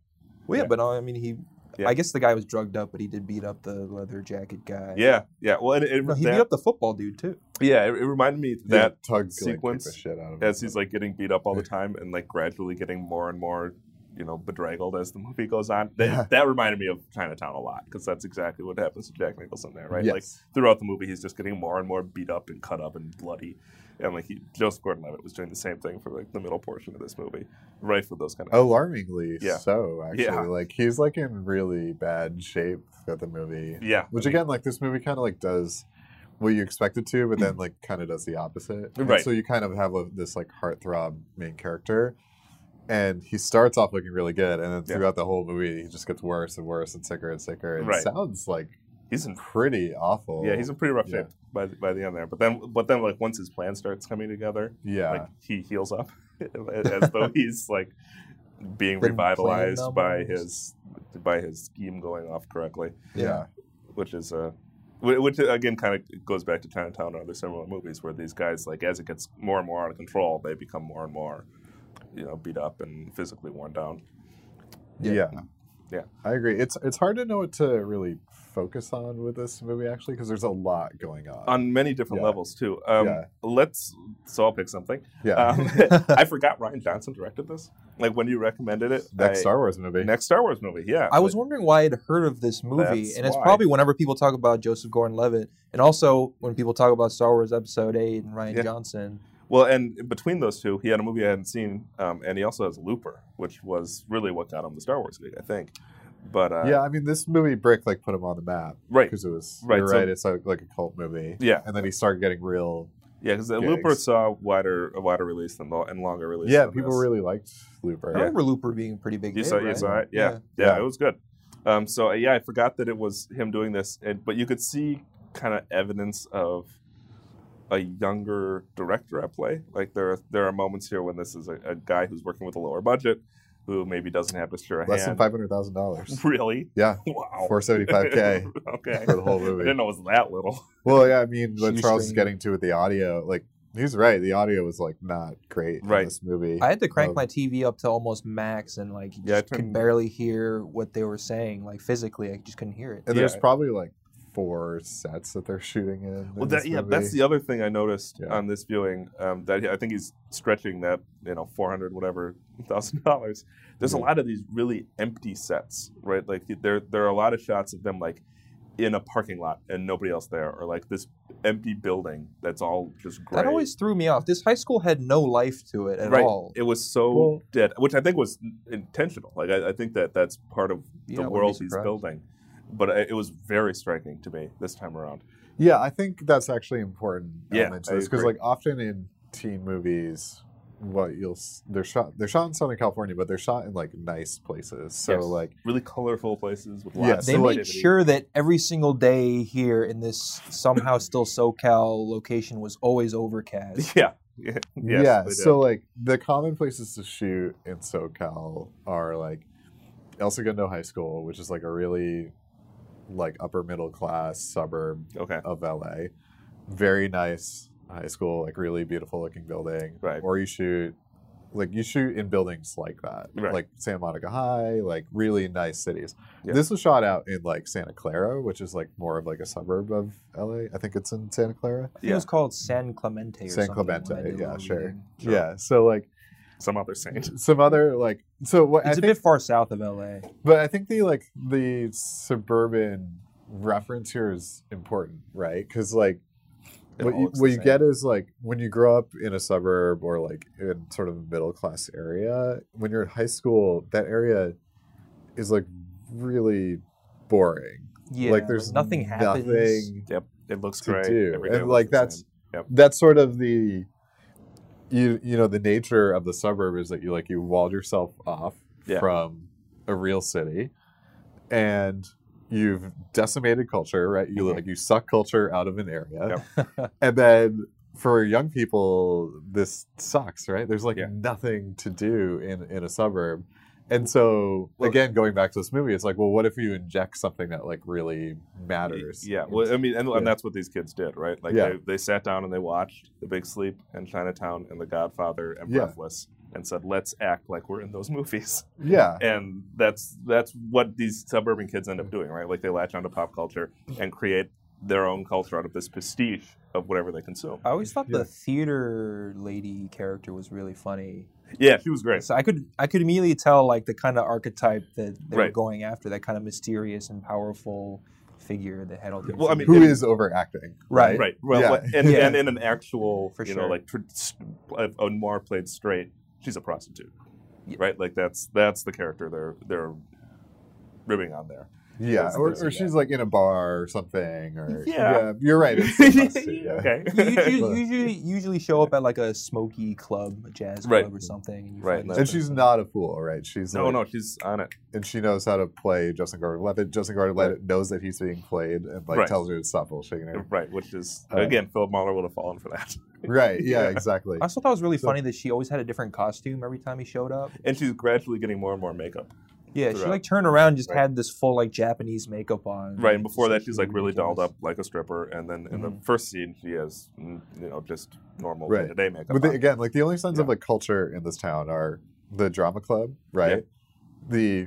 [SPEAKER 5] Well, yeah,
[SPEAKER 6] Yeah.
[SPEAKER 5] but uh, I mean, he.
[SPEAKER 6] Yeah.
[SPEAKER 5] I guess the guy was drugged up, but he did beat up the leather jacket guy.
[SPEAKER 6] Yeah. Yeah. Well, and it, it,
[SPEAKER 5] No, he
[SPEAKER 6] that-
[SPEAKER 5] beat up the football dude too.
[SPEAKER 6] yeah. It, it reminded me
[SPEAKER 1] Yeah,
[SPEAKER 6] that
[SPEAKER 1] tugs like, beat
[SPEAKER 6] sequence
[SPEAKER 1] the shit out of
[SPEAKER 6] as
[SPEAKER 1] him.
[SPEAKER 6] he's like getting beat up all the time and like gradually getting more and more, you know, bedraggled as the movie goes on. That,
[SPEAKER 1] Yeah.
[SPEAKER 6] that reminded me of Chinatown a lot because that's exactly what happens to Jack Nicholson there, right? Like
[SPEAKER 1] Yes.
[SPEAKER 6] throughout the movie, he's just getting more and more beat up and cut up and bloody. And like he, Joseph Gordon-Levitt was doing the same thing for like the middle portion of this movie, right? For those kind
[SPEAKER 1] Oh,
[SPEAKER 6] of
[SPEAKER 1] alarmingly
[SPEAKER 6] Yeah.
[SPEAKER 1] so actually
[SPEAKER 6] Yeah.
[SPEAKER 1] like he's like in really bad shape at the movie
[SPEAKER 6] yeah,
[SPEAKER 1] which again like this movie kind of like does what you expect it to but then like kind of does the opposite And
[SPEAKER 6] Mm. Right.
[SPEAKER 1] so you kind of have a, this like heartthrob main character and he starts off looking really good and then
[SPEAKER 6] Yeah.
[SPEAKER 1] throughout the whole movie he just gets worse and worse and sicker and sicker and
[SPEAKER 6] Right.
[SPEAKER 1] sounds like
[SPEAKER 6] he's in
[SPEAKER 1] pretty awful
[SPEAKER 6] yeah he's in pretty rough
[SPEAKER 1] Yeah.
[SPEAKER 6] shape by the, by the end there. But then but then like once his plan starts coming together,
[SPEAKER 1] yeah
[SPEAKER 6] like he heals up as though he's like being
[SPEAKER 5] Been
[SPEAKER 6] revitalized
[SPEAKER 5] playing
[SPEAKER 6] by
[SPEAKER 5] doubles.
[SPEAKER 6] his by his scheme going off correctly,
[SPEAKER 1] yeah
[SPEAKER 6] which is uh whi- which again kind of goes back to Chinatown and other similar movies where these guys like as it gets more and more out of control, they become more and more you know beat up and physically worn down.
[SPEAKER 1] yeah,
[SPEAKER 5] Yeah.
[SPEAKER 6] Yeah.
[SPEAKER 1] I agree. It's it's hard to know what to really focus on with this movie actually because there's a lot going on.
[SPEAKER 6] on many different
[SPEAKER 1] Yeah.
[SPEAKER 6] levels too. Um,
[SPEAKER 1] Yeah.
[SPEAKER 6] Let's so I'll pick something.
[SPEAKER 1] yeah,
[SPEAKER 6] Um, I forgot Ryan Johnson directed this. Like when you recommended it,
[SPEAKER 1] next
[SPEAKER 6] I-
[SPEAKER 1] Star Wars movie.
[SPEAKER 6] next Star Wars movie. Yeah,
[SPEAKER 5] I was wondering why I'd heard of this movie,
[SPEAKER 6] That's
[SPEAKER 5] and it's
[SPEAKER 6] why.
[SPEAKER 5] probably whenever people talk about Joseph Gordon-Levitt, and also when people talk about Star Wars Episode Eight and Ryan
[SPEAKER 6] Yeah.
[SPEAKER 5] Johnson.
[SPEAKER 6] Well, and between those two, he had a movie I hadn't seen, um, and he also has Looper, which was really what got him the Star Wars gig, I think. But uh,
[SPEAKER 1] yeah, I mean this movie Brick like put him on the map
[SPEAKER 6] right,
[SPEAKER 1] because it was
[SPEAKER 6] Right,
[SPEAKER 1] You're
[SPEAKER 6] so-
[SPEAKER 1] right. It's like, like a cult movie.
[SPEAKER 6] yeah,
[SPEAKER 1] And then he started getting real.
[SPEAKER 6] yeah, because
[SPEAKER 1] Yeah,
[SPEAKER 6] Looper
[SPEAKER 1] ex-
[SPEAKER 6] saw wider a wider release than lo- and longer release.
[SPEAKER 1] Yeah,
[SPEAKER 6] than
[SPEAKER 1] people
[SPEAKER 6] this.
[SPEAKER 1] really liked Looper.
[SPEAKER 5] I remember Looper being a pretty big
[SPEAKER 6] You
[SPEAKER 5] hit,
[SPEAKER 6] saw, you
[SPEAKER 5] right?
[SPEAKER 6] saw it? Yeah. yeah,
[SPEAKER 1] Yeah.
[SPEAKER 6] it was good. Um, so uh, yeah, I forgot that it was him doing this, and, but you could see kind of evidence of a younger director at play. Like there, are, there are moments here when this is a, a guy who's working with a lower budget, who maybe doesn't have as sure a
[SPEAKER 1] Less than
[SPEAKER 6] hand.
[SPEAKER 1] five hundred thousand dollars.
[SPEAKER 6] Really?
[SPEAKER 1] Yeah,
[SPEAKER 6] Wow.
[SPEAKER 1] four seventy five k
[SPEAKER 6] okay.
[SPEAKER 1] for the whole
[SPEAKER 6] I didn't
[SPEAKER 1] movie.
[SPEAKER 6] know it was that little.
[SPEAKER 1] Well, yeah, I mean what
[SPEAKER 5] Shoestring.
[SPEAKER 1] Charles is getting to with the audio, like he's right. The audio was like not great
[SPEAKER 6] Right.
[SPEAKER 1] in this movie.
[SPEAKER 5] I had to crank
[SPEAKER 6] Oh.
[SPEAKER 1] Um,
[SPEAKER 5] my TV up to almost max, and like
[SPEAKER 6] Yeah, I
[SPEAKER 5] just could
[SPEAKER 6] turned-
[SPEAKER 5] barely hear what they were saying. Like physically, I just couldn't hear it.
[SPEAKER 1] And
[SPEAKER 6] Yeah.
[SPEAKER 1] there's probably like four sets that they're shooting in. in
[SPEAKER 6] Well,
[SPEAKER 1] this
[SPEAKER 6] that, yeah,
[SPEAKER 1] movie.
[SPEAKER 6] that's the other thing I noticed
[SPEAKER 1] Yeah.
[SPEAKER 6] on this viewing. Um, that I think he's stretching that you know four hundred whatever thousand dollars. There's
[SPEAKER 1] Mhm.
[SPEAKER 6] a lot of these really empty sets, right? Like there there are a lot of shots of them like in a parking lot and nobody else there, or like this empty building that's all just gray.
[SPEAKER 5] That always threw me off. This high school had no life to it at
[SPEAKER 6] Right.
[SPEAKER 5] all.
[SPEAKER 6] It was so
[SPEAKER 1] Well-
[SPEAKER 6] dead, which I think was intentional. Like I, I think that that's part of
[SPEAKER 5] Yeah,
[SPEAKER 6] the
[SPEAKER 5] I wouldn't be
[SPEAKER 6] world he's
[SPEAKER 5] surprised.
[SPEAKER 6] building. But I- it was very striking to me this time around.
[SPEAKER 1] Yeah, I think that's actually important
[SPEAKER 6] Yeah,
[SPEAKER 1] element to
[SPEAKER 6] I
[SPEAKER 1] this because,
[SPEAKER 6] agree.
[SPEAKER 1] like, often in teen movies, what you'll s- they're shot they're shot in Southern California, but they're shot in like nice places. So
[SPEAKER 6] Yes.
[SPEAKER 1] like,
[SPEAKER 6] Really colorful places with
[SPEAKER 1] Yeah,
[SPEAKER 6] lots of
[SPEAKER 5] they
[SPEAKER 1] so, like-
[SPEAKER 5] made
[SPEAKER 6] activity.
[SPEAKER 5] sure that every single day here in this somehow still SoCal location was always overcast.
[SPEAKER 6] Yeah. Yeah. Yes,
[SPEAKER 1] yeah,
[SPEAKER 6] they did.
[SPEAKER 1] so like the common places to shoot in SoCal are like El Segundo High School, which is like a really like upper middle class suburb
[SPEAKER 6] okay.
[SPEAKER 1] of LA. Very nice high school, like really beautiful looking building.
[SPEAKER 6] Right.
[SPEAKER 1] Or you shoot like you shoot in buildings like that.
[SPEAKER 6] Right.
[SPEAKER 1] Like Santa Monica High, like really nice cities.
[SPEAKER 6] Yeah.
[SPEAKER 1] This was shot out in like Santa Clara, which is like more of like a suburb of LA. I think it's in Santa Clara.
[SPEAKER 5] I think It was called San Clemente or
[SPEAKER 1] San
[SPEAKER 5] something when I
[SPEAKER 1] Clemente,
[SPEAKER 5] did a
[SPEAKER 1] yeah,
[SPEAKER 5] little
[SPEAKER 1] sure.
[SPEAKER 5] reading.
[SPEAKER 6] Sure.
[SPEAKER 1] Yeah. So like
[SPEAKER 6] Some other saint.
[SPEAKER 1] some other like so what I
[SPEAKER 5] It's a
[SPEAKER 1] think
[SPEAKER 5] bit far south of LA.
[SPEAKER 1] but I think the like the suburban reference here is important, right? Because like
[SPEAKER 6] It
[SPEAKER 1] what
[SPEAKER 6] all
[SPEAKER 1] you,
[SPEAKER 6] looks the
[SPEAKER 1] what you
[SPEAKER 6] same.
[SPEAKER 1] get is like when you grow up in a suburb or like in sort of a middle class area, when you're in high school, that area is like really boring.
[SPEAKER 5] Yeah,
[SPEAKER 1] like there's
[SPEAKER 5] nothing happens.
[SPEAKER 1] nothing
[SPEAKER 6] Yep, it looks
[SPEAKER 1] to
[SPEAKER 6] great.
[SPEAKER 1] do.
[SPEAKER 6] Every day
[SPEAKER 1] And
[SPEAKER 6] looks
[SPEAKER 1] like
[SPEAKER 6] the same.
[SPEAKER 1] that's that's sort of the you you know the nature of the suburb is that you like you walled yourself off
[SPEAKER 6] Yeah.
[SPEAKER 1] from a real city and you've decimated culture right you
[SPEAKER 6] Mm-hmm.
[SPEAKER 1] like you suck culture out of an area and then for young people this sucks right there's like
[SPEAKER 6] Yeah.
[SPEAKER 1] nothing to do in in a suburb and so again going back to this movie it's like well what if you inject something that like really matters
[SPEAKER 6] Yeah, well, I mean, and,
[SPEAKER 1] Yeah.
[SPEAKER 6] and that's what these kids did, right? Like
[SPEAKER 1] Yeah.
[SPEAKER 6] they, they sat down and they watched The Big Sleep and Chinatown and The Godfather and
[SPEAKER 1] Yeah.
[SPEAKER 6] Breathless and said, "Let's act like we're in those movies."
[SPEAKER 1] yeah
[SPEAKER 6] And that's that's what these suburban kids end
[SPEAKER 5] Mm.
[SPEAKER 6] up doing, right? Like they latch onto pop culture and create their own culture out of this prestige of whatever they consume.
[SPEAKER 5] I always thought
[SPEAKER 1] Yeah.
[SPEAKER 5] the theater lady character was really funny.
[SPEAKER 6] Yeah, she was great.
[SPEAKER 5] So I could I could immediately tell like the kind of archetype that they were
[SPEAKER 6] Right.
[SPEAKER 5] going after, that kind of mysterious and powerful figure that had all the
[SPEAKER 6] Well, I mean,
[SPEAKER 1] who
[SPEAKER 6] it-
[SPEAKER 1] is overacting
[SPEAKER 5] Right.
[SPEAKER 6] Right. Well,
[SPEAKER 1] Yeah.
[SPEAKER 6] what- and,
[SPEAKER 5] Yeah.
[SPEAKER 6] and in an actual,
[SPEAKER 5] For
[SPEAKER 6] you
[SPEAKER 5] sure.
[SPEAKER 6] know, like tr- s- uh, Omar played straight, she's a prostitute, right? Like that's that's the character they're they're ribbing on there.
[SPEAKER 1] Yeah,
[SPEAKER 6] There's-
[SPEAKER 1] or,
[SPEAKER 6] there's
[SPEAKER 1] or
[SPEAKER 6] a
[SPEAKER 1] she's like in a bar or something. Or
[SPEAKER 6] Yeah.
[SPEAKER 1] you're right. It's the prostitute, yeah.
[SPEAKER 6] okay.
[SPEAKER 5] usually, usually usually show up at like a smoky club, a jazz
[SPEAKER 6] Right.
[SPEAKER 5] club or something. and you
[SPEAKER 6] Right,
[SPEAKER 5] find
[SPEAKER 6] and
[SPEAKER 5] out
[SPEAKER 1] And
[SPEAKER 5] that-
[SPEAKER 1] she's not a fool, right? She's
[SPEAKER 6] no,
[SPEAKER 1] like-
[SPEAKER 6] no, she's on it.
[SPEAKER 1] and she knows how to play Justin Gordon-Levitt. Justin Gordon-Levitt knows that he's being played and like
[SPEAKER 6] Right.
[SPEAKER 1] tells her to stop bullshitting her.
[SPEAKER 6] Right, which is
[SPEAKER 1] Uh,
[SPEAKER 6] again, Philip Mahler would have fallen for that.
[SPEAKER 1] Right? Yeah,
[SPEAKER 6] Yeah.
[SPEAKER 1] exactly.
[SPEAKER 5] I also thought it was really
[SPEAKER 1] So-
[SPEAKER 5] funny that she always had a different costume every time he showed up.
[SPEAKER 6] And she's gradually getting more and more makeup.
[SPEAKER 5] Yeah, she
[SPEAKER 6] Throughout.
[SPEAKER 5] like turned around and just
[SPEAKER 1] Right.
[SPEAKER 5] had this full like Japanese makeup on.
[SPEAKER 6] Right, and
[SPEAKER 1] Mm,
[SPEAKER 5] It's
[SPEAKER 6] before that,
[SPEAKER 5] just
[SPEAKER 6] she's like really dolled
[SPEAKER 5] ridiculous.
[SPEAKER 6] up like a stripper, and then in the first scene, she has mm, you know just normal
[SPEAKER 1] Right.
[SPEAKER 6] day-to-day makeup.
[SPEAKER 1] But the,
[SPEAKER 6] on.
[SPEAKER 1] again, like the only signs of
[SPEAKER 6] Yeah.
[SPEAKER 1] like culture in this town are the drama club, right? The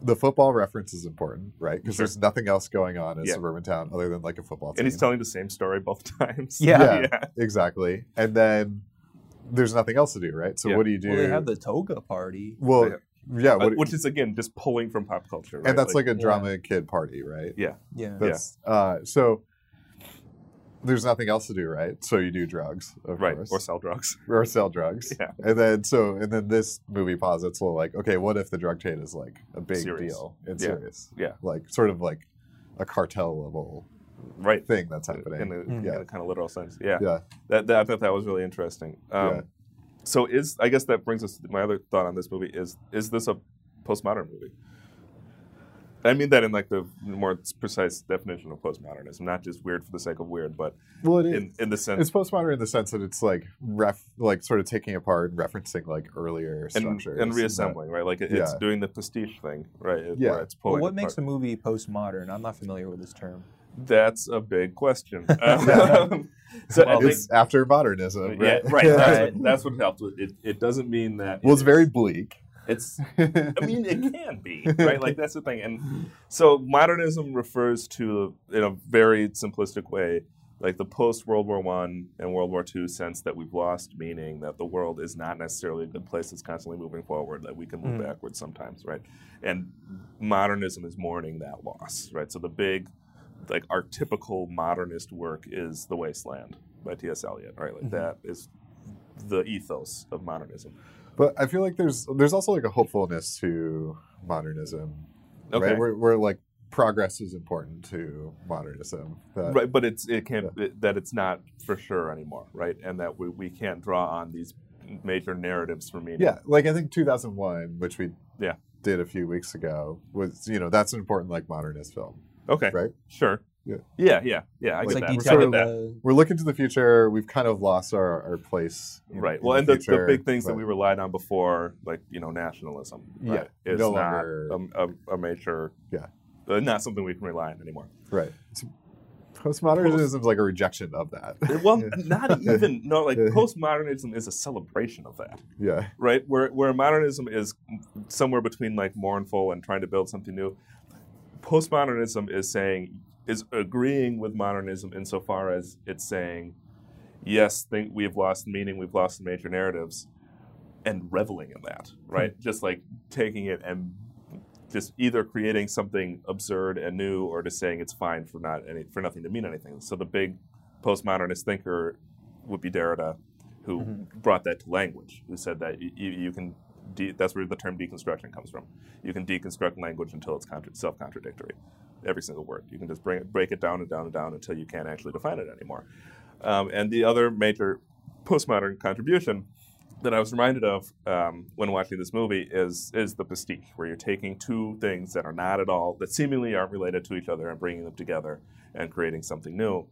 [SPEAKER 1] the football reference is important, right? Because
[SPEAKER 6] Sure.
[SPEAKER 1] there's nothing else going on in
[SPEAKER 6] Yeah.
[SPEAKER 1] suburban town other than like a football team.
[SPEAKER 6] and he's telling the same story both times. Uh,
[SPEAKER 5] Yeah.
[SPEAKER 1] Yeah. exactly. And then there's nothing else to do, right? So
[SPEAKER 6] Yeah.
[SPEAKER 1] what do you do?
[SPEAKER 5] Well, they have the toga party.
[SPEAKER 1] Well,
[SPEAKER 6] Right.
[SPEAKER 1] yeah, what,
[SPEAKER 6] Uh, which is again just pulling from pop culture, right?
[SPEAKER 1] and that's like, a
[SPEAKER 5] yeah.
[SPEAKER 1] drama kid party, right?
[SPEAKER 5] Yeah.
[SPEAKER 6] But-
[SPEAKER 1] That's uh, so. There's nothing else to do, right? So you do drugs, of
[SPEAKER 6] right
[SPEAKER 1] course,
[SPEAKER 6] or sell drugs.
[SPEAKER 1] or sell drugs.
[SPEAKER 6] Yeah.
[SPEAKER 1] And then so, and then this movie posits, well, like, okay, what if the drug trade is like a big
[SPEAKER 6] Serious.
[SPEAKER 1] deal and
[SPEAKER 6] Yeah.
[SPEAKER 1] serious,
[SPEAKER 6] Yeah.
[SPEAKER 1] like sort of like a cartel level
[SPEAKER 6] Right.
[SPEAKER 1] thing that's
[SPEAKER 6] In
[SPEAKER 1] happening?
[SPEAKER 6] the,
[SPEAKER 5] Mhm.
[SPEAKER 1] Yeah.
[SPEAKER 6] kind of literal sense. Yeah.
[SPEAKER 1] yeah,
[SPEAKER 6] That, that I thought that was really interesting. Um,
[SPEAKER 1] Yeah.
[SPEAKER 6] So is I guess that brings us to my other thought on this movie is is this a postmodern movie? I mean that in like the more precise definition of postmodernism, not just weird for the sake of weird, but
[SPEAKER 1] Well, it is.
[SPEAKER 6] in, in the sense
[SPEAKER 1] it's postmodern in the sense that it's like ref, like sort of taking apart and referencing like earlier
[SPEAKER 6] and,
[SPEAKER 1] structures
[SPEAKER 6] and reassembling, right? Like it- it's
[SPEAKER 1] Yeah.
[SPEAKER 6] doing the prestige thing, right? It-
[SPEAKER 1] Yeah.
[SPEAKER 6] where it's
[SPEAKER 5] Well,
[SPEAKER 6] pulling
[SPEAKER 5] what makes a
[SPEAKER 6] apart.
[SPEAKER 5] movie postmodern? I'm not familiar with this term.
[SPEAKER 6] That's a big question.
[SPEAKER 1] Yeah.
[SPEAKER 6] Um, so I
[SPEAKER 5] Well,
[SPEAKER 6] think-
[SPEAKER 1] It's after modernism,
[SPEAKER 6] Yeah,
[SPEAKER 1] right?
[SPEAKER 6] right. That's,
[SPEAKER 5] Right.
[SPEAKER 6] What, that's what helps. It, it doesn't mean that.
[SPEAKER 1] well, it's
[SPEAKER 6] it-
[SPEAKER 1] very bleak.
[SPEAKER 6] It's. I mean, it can be right. Like that's the thing. And so modernism refers to, in a very simplistic way, like the post World War One and World War Two sense that we've lost meaning, that the world is not necessarily a good place. It's constantly moving forward. That we can move
[SPEAKER 5] Mm.
[SPEAKER 6] backwards sometimes, right? And modernism is mourning that loss, right? So the big, like archetypical modernist work is *The Wasteland* by T.S. Eliot, right? Like
[SPEAKER 5] Mhm.
[SPEAKER 6] that is the ethos of modernism.
[SPEAKER 1] But I feel like there's there's also like a hopefulness to modernism,
[SPEAKER 6] Okay.
[SPEAKER 1] right? Where, where like progress is important to modernism. That,
[SPEAKER 6] right but it's it can't it- that it's not for sure anymore right and that we, we can't draw on these major narratives for meaning
[SPEAKER 1] Yeah, like I think 2001, which we
[SPEAKER 6] Yeah.
[SPEAKER 1] did a few weeks ago, was you know that's an important like modernist film.
[SPEAKER 6] okay
[SPEAKER 1] Right.
[SPEAKER 6] sure
[SPEAKER 1] Yeah.
[SPEAKER 6] yeah yeah yeah
[SPEAKER 1] It's
[SPEAKER 6] i get
[SPEAKER 5] It's like
[SPEAKER 6] that,
[SPEAKER 1] sort of
[SPEAKER 5] detailing
[SPEAKER 6] I get that.
[SPEAKER 5] the
[SPEAKER 1] We're looking to the future. We've kind of lost our, our place. in-
[SPEAKER 6] right
[SPEAKER 1] in
[SPEAKER 6] well and the, the
[SPEAKER 1] future,
[SPEAKER 6] big things that
[SPEAKER 1] but-
[SPEAKER 6] we relied on before like you know nationalism
[SPEAKER 1] Yeah,
[SPEAKER 6] right, is
[SPEAKER 1] no
[SPEAKER 6] not
[SPEAKER 1] longer-
[SPEAKER 6] a, a, a major
[SPEAKER 1] Yeah.
[SPEAKER 6] uh, not something we can rely on anymore
[SPEAKER 1] Right. It's- Postmodernism is like a rejection of that.
[SPEAKER 6] well not even no like postmodernism is a celebration of that
[SPEAKER 1] yeah.
[SPEAKER 6] right? Where where modernism is somewhere between like mournful and trying to build something new, postmodernism is saying is agreeing with modernism insofar as it's saying, yes, think we've lost meaning, we've lost major narratives, and reveling in that, right? Just like taking it and just either creating something absurd and new or just saying it's fine for not any for nothing to mean anything. So the big postmodernist thinker would be Derrida, who brought that to language, who said that you, you can. De- that's where the term deconstruction comes from. You can deconstruct language until it's contra- self-contradictory. Every single word, you can just bring it, break it down and down and down until you can't actually define it anymore. Um, and the other major postmodern contribution that I was reminded of um, when watching this movie is is the pastiche, where you're taking two things that are not at all that seemingly aren't related to each other and bringing them together and creating something new.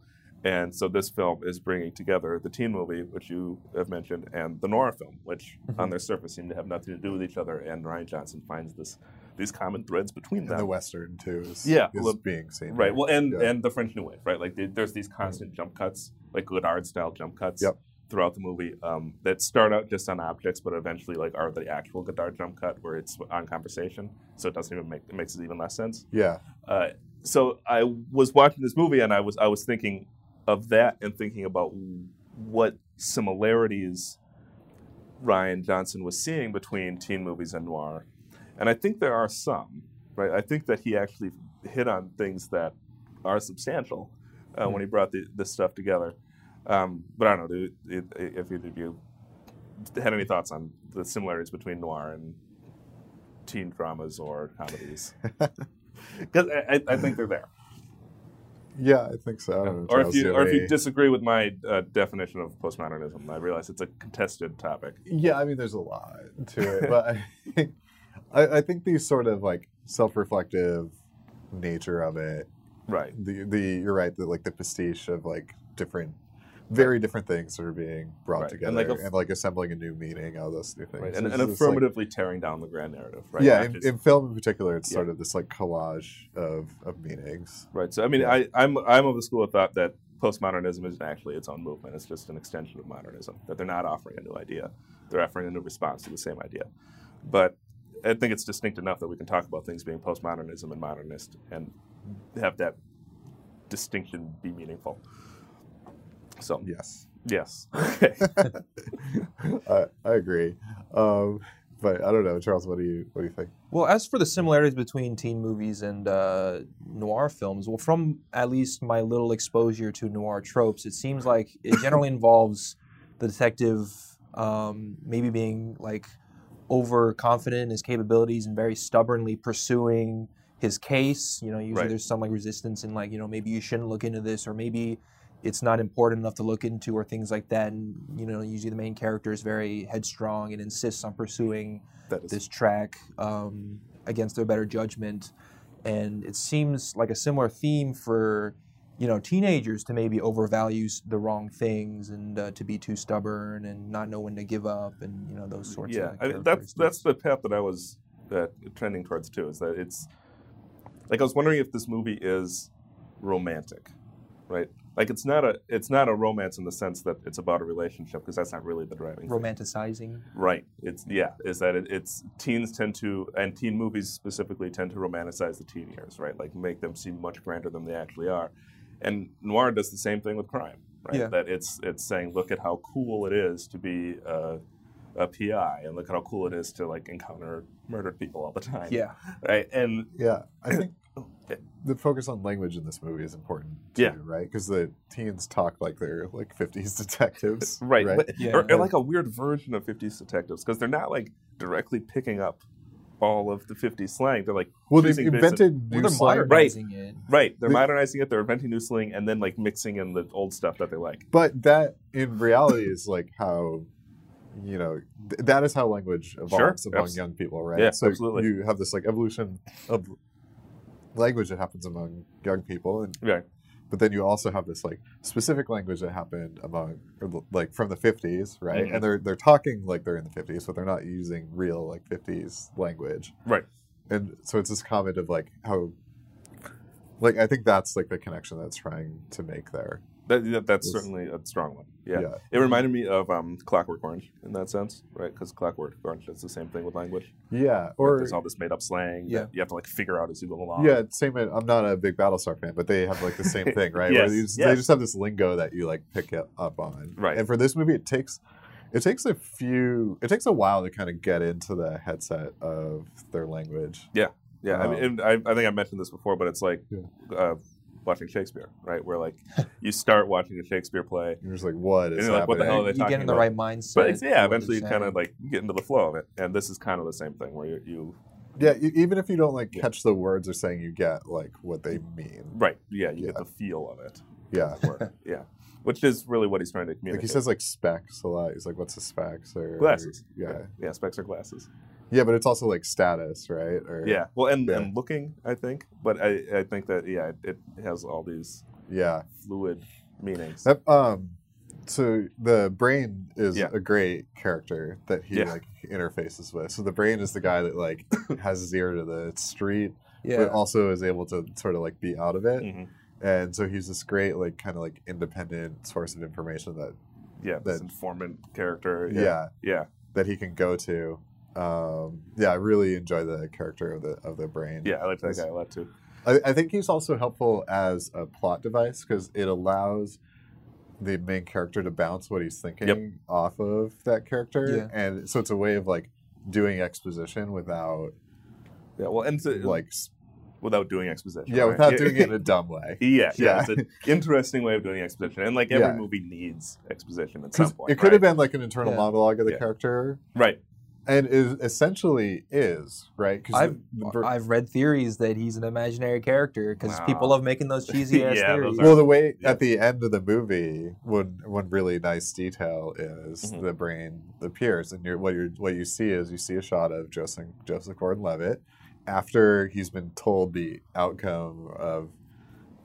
[SPEAKER 6] And so this film is bringing together the teen movie, which you have mentioned, and the Nora film, which on their surface seem to have nothing to do with each other. And Ryan Johnson finds this these common threads between them.
[SPEAKER 1] the Western too is,
[SPEAKER 6] Yeah,
[SPEAKER 1] is
[SPEAKER 6] look-
[SPEAKER 1] being seen.
[SPEAKER 6] Right. Well, and
[SPEAKER 1] Yeah.
[SPEAKER 6] and the French New Wave, right? Like the, there's these constant jump cuts, like Godard style jump cuts
[SPEAKER 1] Yep.
[SPEAKER 6] throughout the movie um, that start out just on objects, but eventually like are the actual Godard jump cut where it's on conversation, so it doesn't even make it makes it even less sense.
[SPEAKER 1] yeah,
[SPEAKER 6] Uh, so I was watching this movie and I was I was thinking of that and thinking about what similarities Ryan Johnson was seeing between teen movies and noir, and I think there are some. Right, I think that he actually hit on things that are substantial uh, when he brought the, this stuff together. Um, but I don't know do- if, if either of you had any thoughts on the similarities between noir and teen dramas or comedies. Because I, I- I think they're there.
[SPEAKER 1] yeah, I think so. I don't know,
[SPEAKER 6] Or if
[SPEAKER 1] Charles,
[SPEAKER 6] you or if
[SPEAKER 1] any-
[SPEAKER 6] you disagree with my uh, definition of postmodernism, I realize it's a contested topic.
[SPEAKER 1] Yeah, I mean, there's a lot to it, but I, I, I think the sort of like self-reflective nature of it.
[SPEAKER 6] Right.
[SPEAKER 1] The the you're right. The like the pastiche of like different, very different things that are being brought
[SPEAKER 6] Right,
[SPEAKER 1] together
[SPEAKER 6] and,
[SPEAKER 1] and
[SPEAKER 6] like,
[SPEAKER 1] like,
[SPEAKER 6] a f-
[SPEAKER 1] assembling a new meaning. All those new things.
[SPEAKER 6] Right. And,
[SPEAKER 1] It's
[SPEAKER 6] and
[SPEAKER 1] just, like-
[SPEAKER 6] affirmatively tearing down the grand narrative. Right.
[SPEAKER 1] yeah,
[SPEAKER 6] Not
[SPEAKER 1] in,
[SPEAKER 6] just-
[SPEAKER 1] in film in particular, it's
[SPEAKER 6] Yeah.
[SPEAKER 1] sort of this like collage of of meanings.
[SPEAKER 6] right. So I mean, I, I'm I'm of the school of thought that postmodernism isn't actually its own movement. It's just an extension of modernism. That they're not offering a new idea. They're offering a new response to the same idea. But I think it's distinct enough that we can talk about things being postmodernism and modernist and have that distinction be meaningful. So
[SPEAKER 1] Yes,
[SPEAKER 6] yes. Okay.
[SPEAKER 1] I, I agree. Um, but I don't know, Charles. What do you what do you think?
[SPEAKER 5] Well, as for the similarities between teen movies and uh, noir films, well, from at least my little exposure to noir tropes, it seems like it generally involves the detective um, maybe being like overconfident in his capabilities and very stubbornly pursuing his case. You know, usually
[SPEAKER 6] Right.
[SPEAKER 5] there's some like resistance and like you know maybe you shouldn't look into this or maybe it's not important enough to look into or things like that. And you know, usually the main character is very headstrong and insists on pursuing
[SPEAKER 6] That is
[SPEAKER 5] this track um, against their better judgment, and it seems like a similar theme for you know teenagers to maybe overvalue s- the wrong things and uh, to be too stubborn and not know when to give up and you know those sorts
[SPEAKER 6] yeah.
[SPEAKER 5] of
[SPEAKER 6] I mean, that's that's the path that I was uh, trending towards too. Is that it's like I was wondering if this movie is romantic, right? Like it's not a it's not a romance in the sense that it's about a relationship because that's not really the driving thing.
[SPEAKER 5] romanticizing.
[SPEAKER 6] Right. It's yeah. Is that it, it's teens tend to and teen movies specifically tend to romanticize the teen years, right? Like make them seem much grander than they actually are. And noir does the same thing with crime, right?
[SPEAKER 5] Yeah.
[SPEAKER 6] That it's it's saying, look at how cool it is to be a, a PI, and look at how cool it is to like encounter murdered people all the time.
[SPEAKER 5] Yeah,
[SPEAKER 6] Right. And
[SPEAKER 1] Yeah, I think the focus on language in this movie is important. Too,
[SPEAKER 6] Oh, Yeah.
[SPEAKER 1] right. Because the teens talk like they're like fifties detectives.
[SPEAKER 6] right, but-
[SPEAKER 5] Yeah.
[SPEAKER 6] or, or like a weird version of 50s detectives because they're not like directly picking up all of the 50s slang. They're like
[SPEAKER 1] well, they've
[SPEAKER 6] choosing bits of-
[SPEAKER 1] invented new
[SPEAKER 5] well, they're
[SPEAKER 1] slang,
[SPEAKER 6] Right.
[SPEAKER 5] modernizing it.
[SPEAKER 6] Right, they're
[SPEAKER 1] The-
[SPEAKER 6] modernizing it. They're inventing new slang, and then like mixing in the old stuff that they like.
[SPEAKER 1] but that in reality is like how you know th- that is how language evolves among
[SPEAKER 6] abs-
[SPEAKER 1] young people, right?
[SPEAKER 6] yeah,
[SPEAKER 1] so
[SPEAKER 6] absolutely.
[SPEAKER 1] you have this like evolution of language that happens among young people, and
[SPEAKER 6] Right,
[SPEAKER 1] but then you also have this like specific language that happened among or, l- like from the 50s right
[SPEAKER 6] Mhm.
[SPEAKER 1] and they're they're talking like they're in the 50s but they're not using real like 50s language
[SPEAKER 6] Right.
[SPEAKER 1] and so it's this comment of like how like i think that's like the connection that's trying to make there
[SPEAKER 6] that, that- that's
[SPEAKER 1] Yes.
[SPEAKER 6] certainly a strong one. Yeah. it reminded me of um, Clockwork Orange in that sense, right? Because Clockwork Orange does the same thing with language.
[SPEAKER 1] yeah,
[SPEAKER 6] Or
[SPEAKER 1] or
[SPEAKER 6] there's all this made up slang
[SPEAKER 5] Yeah.
[SPEAKER 6] that you have to like figure out as you go along.
[SPEAKER 1] yeah, same. in- I'm not a big Battlestar fan, but they have like the same thing, right? Where
[SPEAKER 6] Yes,
[SPEAKER 1] they, just, they
[SPEAKER 6] yes.
[SPEAKER 1] just have this lingo that you like pick it up on,
[SPEAKER 6] Right.
[SPEAKER 1] And for this movie, it takes it takes a few, it takes a while to kind of get into the headset of their language.
[SPEAKER 6] Yeah. yeah. I, mean, and I, I think I mentioned this before, but it's like uh, watching Shakespeare, right? Where like you start watching a Shakespeare play,
[SPEAKER 1] You're just like, what is
[SPEAKER 6] And you're like, what the hell
[SPEAKER 1] happening?
[SPEAKER 6] are they
[SPEAKER 5] you get in
[SPEAKER 6] Oh, talking
[SPEAKER 5] the
[SPEAKER 6] about?
[SPEAKER 5] right mindset.
[SPEAKER 6] but it's,
[SPEAKER 5] for
[SPEAKER 6] yeah,
[SPEAKER 5] what
[SPEAKER 6] eventually you
[SPEAKER 5] they're
[SPEAKER 6] kind of
[SPEAKER 5] saying.
[SPEAKER 6] like get into the flow of it. And this is kind of the same thing where you, you
[SPEAKER 1] Yeah, e- even if you don't like catch the words or saying, you get like what they mean.
[SPEAKER 6] right, yeah, you get
[SPEAKER 1] Yeah.
[SPEAKER 6] the feel of it.
[SPEAKER 1] Yeah,
[SPEAKER 6] Where, yeah, which is really what he's trying to communicate.
[SPEAKER 1] like he says like specs a lot. He's like, what's a specs or
[SPEAKER 6] glasses.
[SPEAKER 1] Yeah,
[SPEAKER 6] yeah, specs are glasses.
[SPEAKER 1] yeah, but it's also like status, right? Or
[SPEAKER 6] Yeah, well, and,
[SPEAKER 1] Yeah.
[SPEAKER 6] and looking, I think, but I, I think that yeah, it, it has all these
[SPEAKER 1] yeah.
[SPEAKER 6] fluid meanings.
[SPEAKER 1] That, um, so the brain is
[SPEAKER 6] Yeah.
[SPEAKER 1] a great character that he
[SPEAKER 6] Yeah.
[SPEAKER 1] like interfaces with. So the brain is the guy that like has his ear to the street,
[SPEAKER 5] yeah.
[SPEAKER 1] but also is able to sort of like be out of it.
[SPEAKER 6] Mhm.
[SPEAKER 1] And so he's this great like kind of like independent source of information that
[SPEAKER 6] Yeah, this
[SPEAKER 1] that-
[SPEAKER 6] informant character.
[SPEAKER 1] yeah,
[SPEAKER 6] yeah,
[SPEAKER 1] that he can go to. Um, yeah, I really enjoy the character of the of the brain.
[SPEAKER 6] yeah. I like that guy a lot too.
[SPEAKER 1] I, I think he's also helpful as a plot device because it allows the main character to bounce what he's thinking off of that character, and so it's a way of like doing exposition without
[SPEAKER 6] Yeah, well, and to,
[SPEAKER 1] like s-
[SPEAKER 6] without doing exposition.
[SPEAKER 1] yeah
[SPEAKER 6] right?
[SPEAKER 1] without doing it in a dumb way.
[SPEAKER 6] Yeah, yeah,
[SPEAKER 1] Yeah.
[SPEAKER 6] it's an interesting way of doing exposition, and like every
[SPEAKER 1] Yeah.
[SPEAKER 6] movie needs exposition at
[SPEAKER 1] 'Cause
[SPEAKER 6] some point.
[SPEAKER 1] it could
[SPEAKER 6] right?
[SPEAKER 1] have been like an internal
[SPEAKER 5] Yeah.
[SPEAKER 1] monologue of the
[SPEAKER 6] Yeah.
[SPEAKER 1] character,
[SPEAKER 6] right.
[SPEAKER 1] and it essentially is right.
[SPEAKER 5] I've,
[SPEAKER 1] the ver-
[SPEAKER 5] I've read theories that he's an imaginary character because people
[SPEAKER 6] Wow.
[SPEAKER 5] love making those cheesy ass
[SPEAKER 6] Yeah, those
[SPEAKER 5] theories.
[SPEAKER 6] are-
[SPEAKER 1] Well, the way
[SPEAKER 6] Yeah.
[SPEAKER 1] at the end of the movie, one one really nice detail is
[SPEAKER 6] Mhm.
[SPEAKER 1] the brain appears, and you're, what you what you see is you see a shot of Joseph Joseph Gordon-Levitt after he's been told the outcome of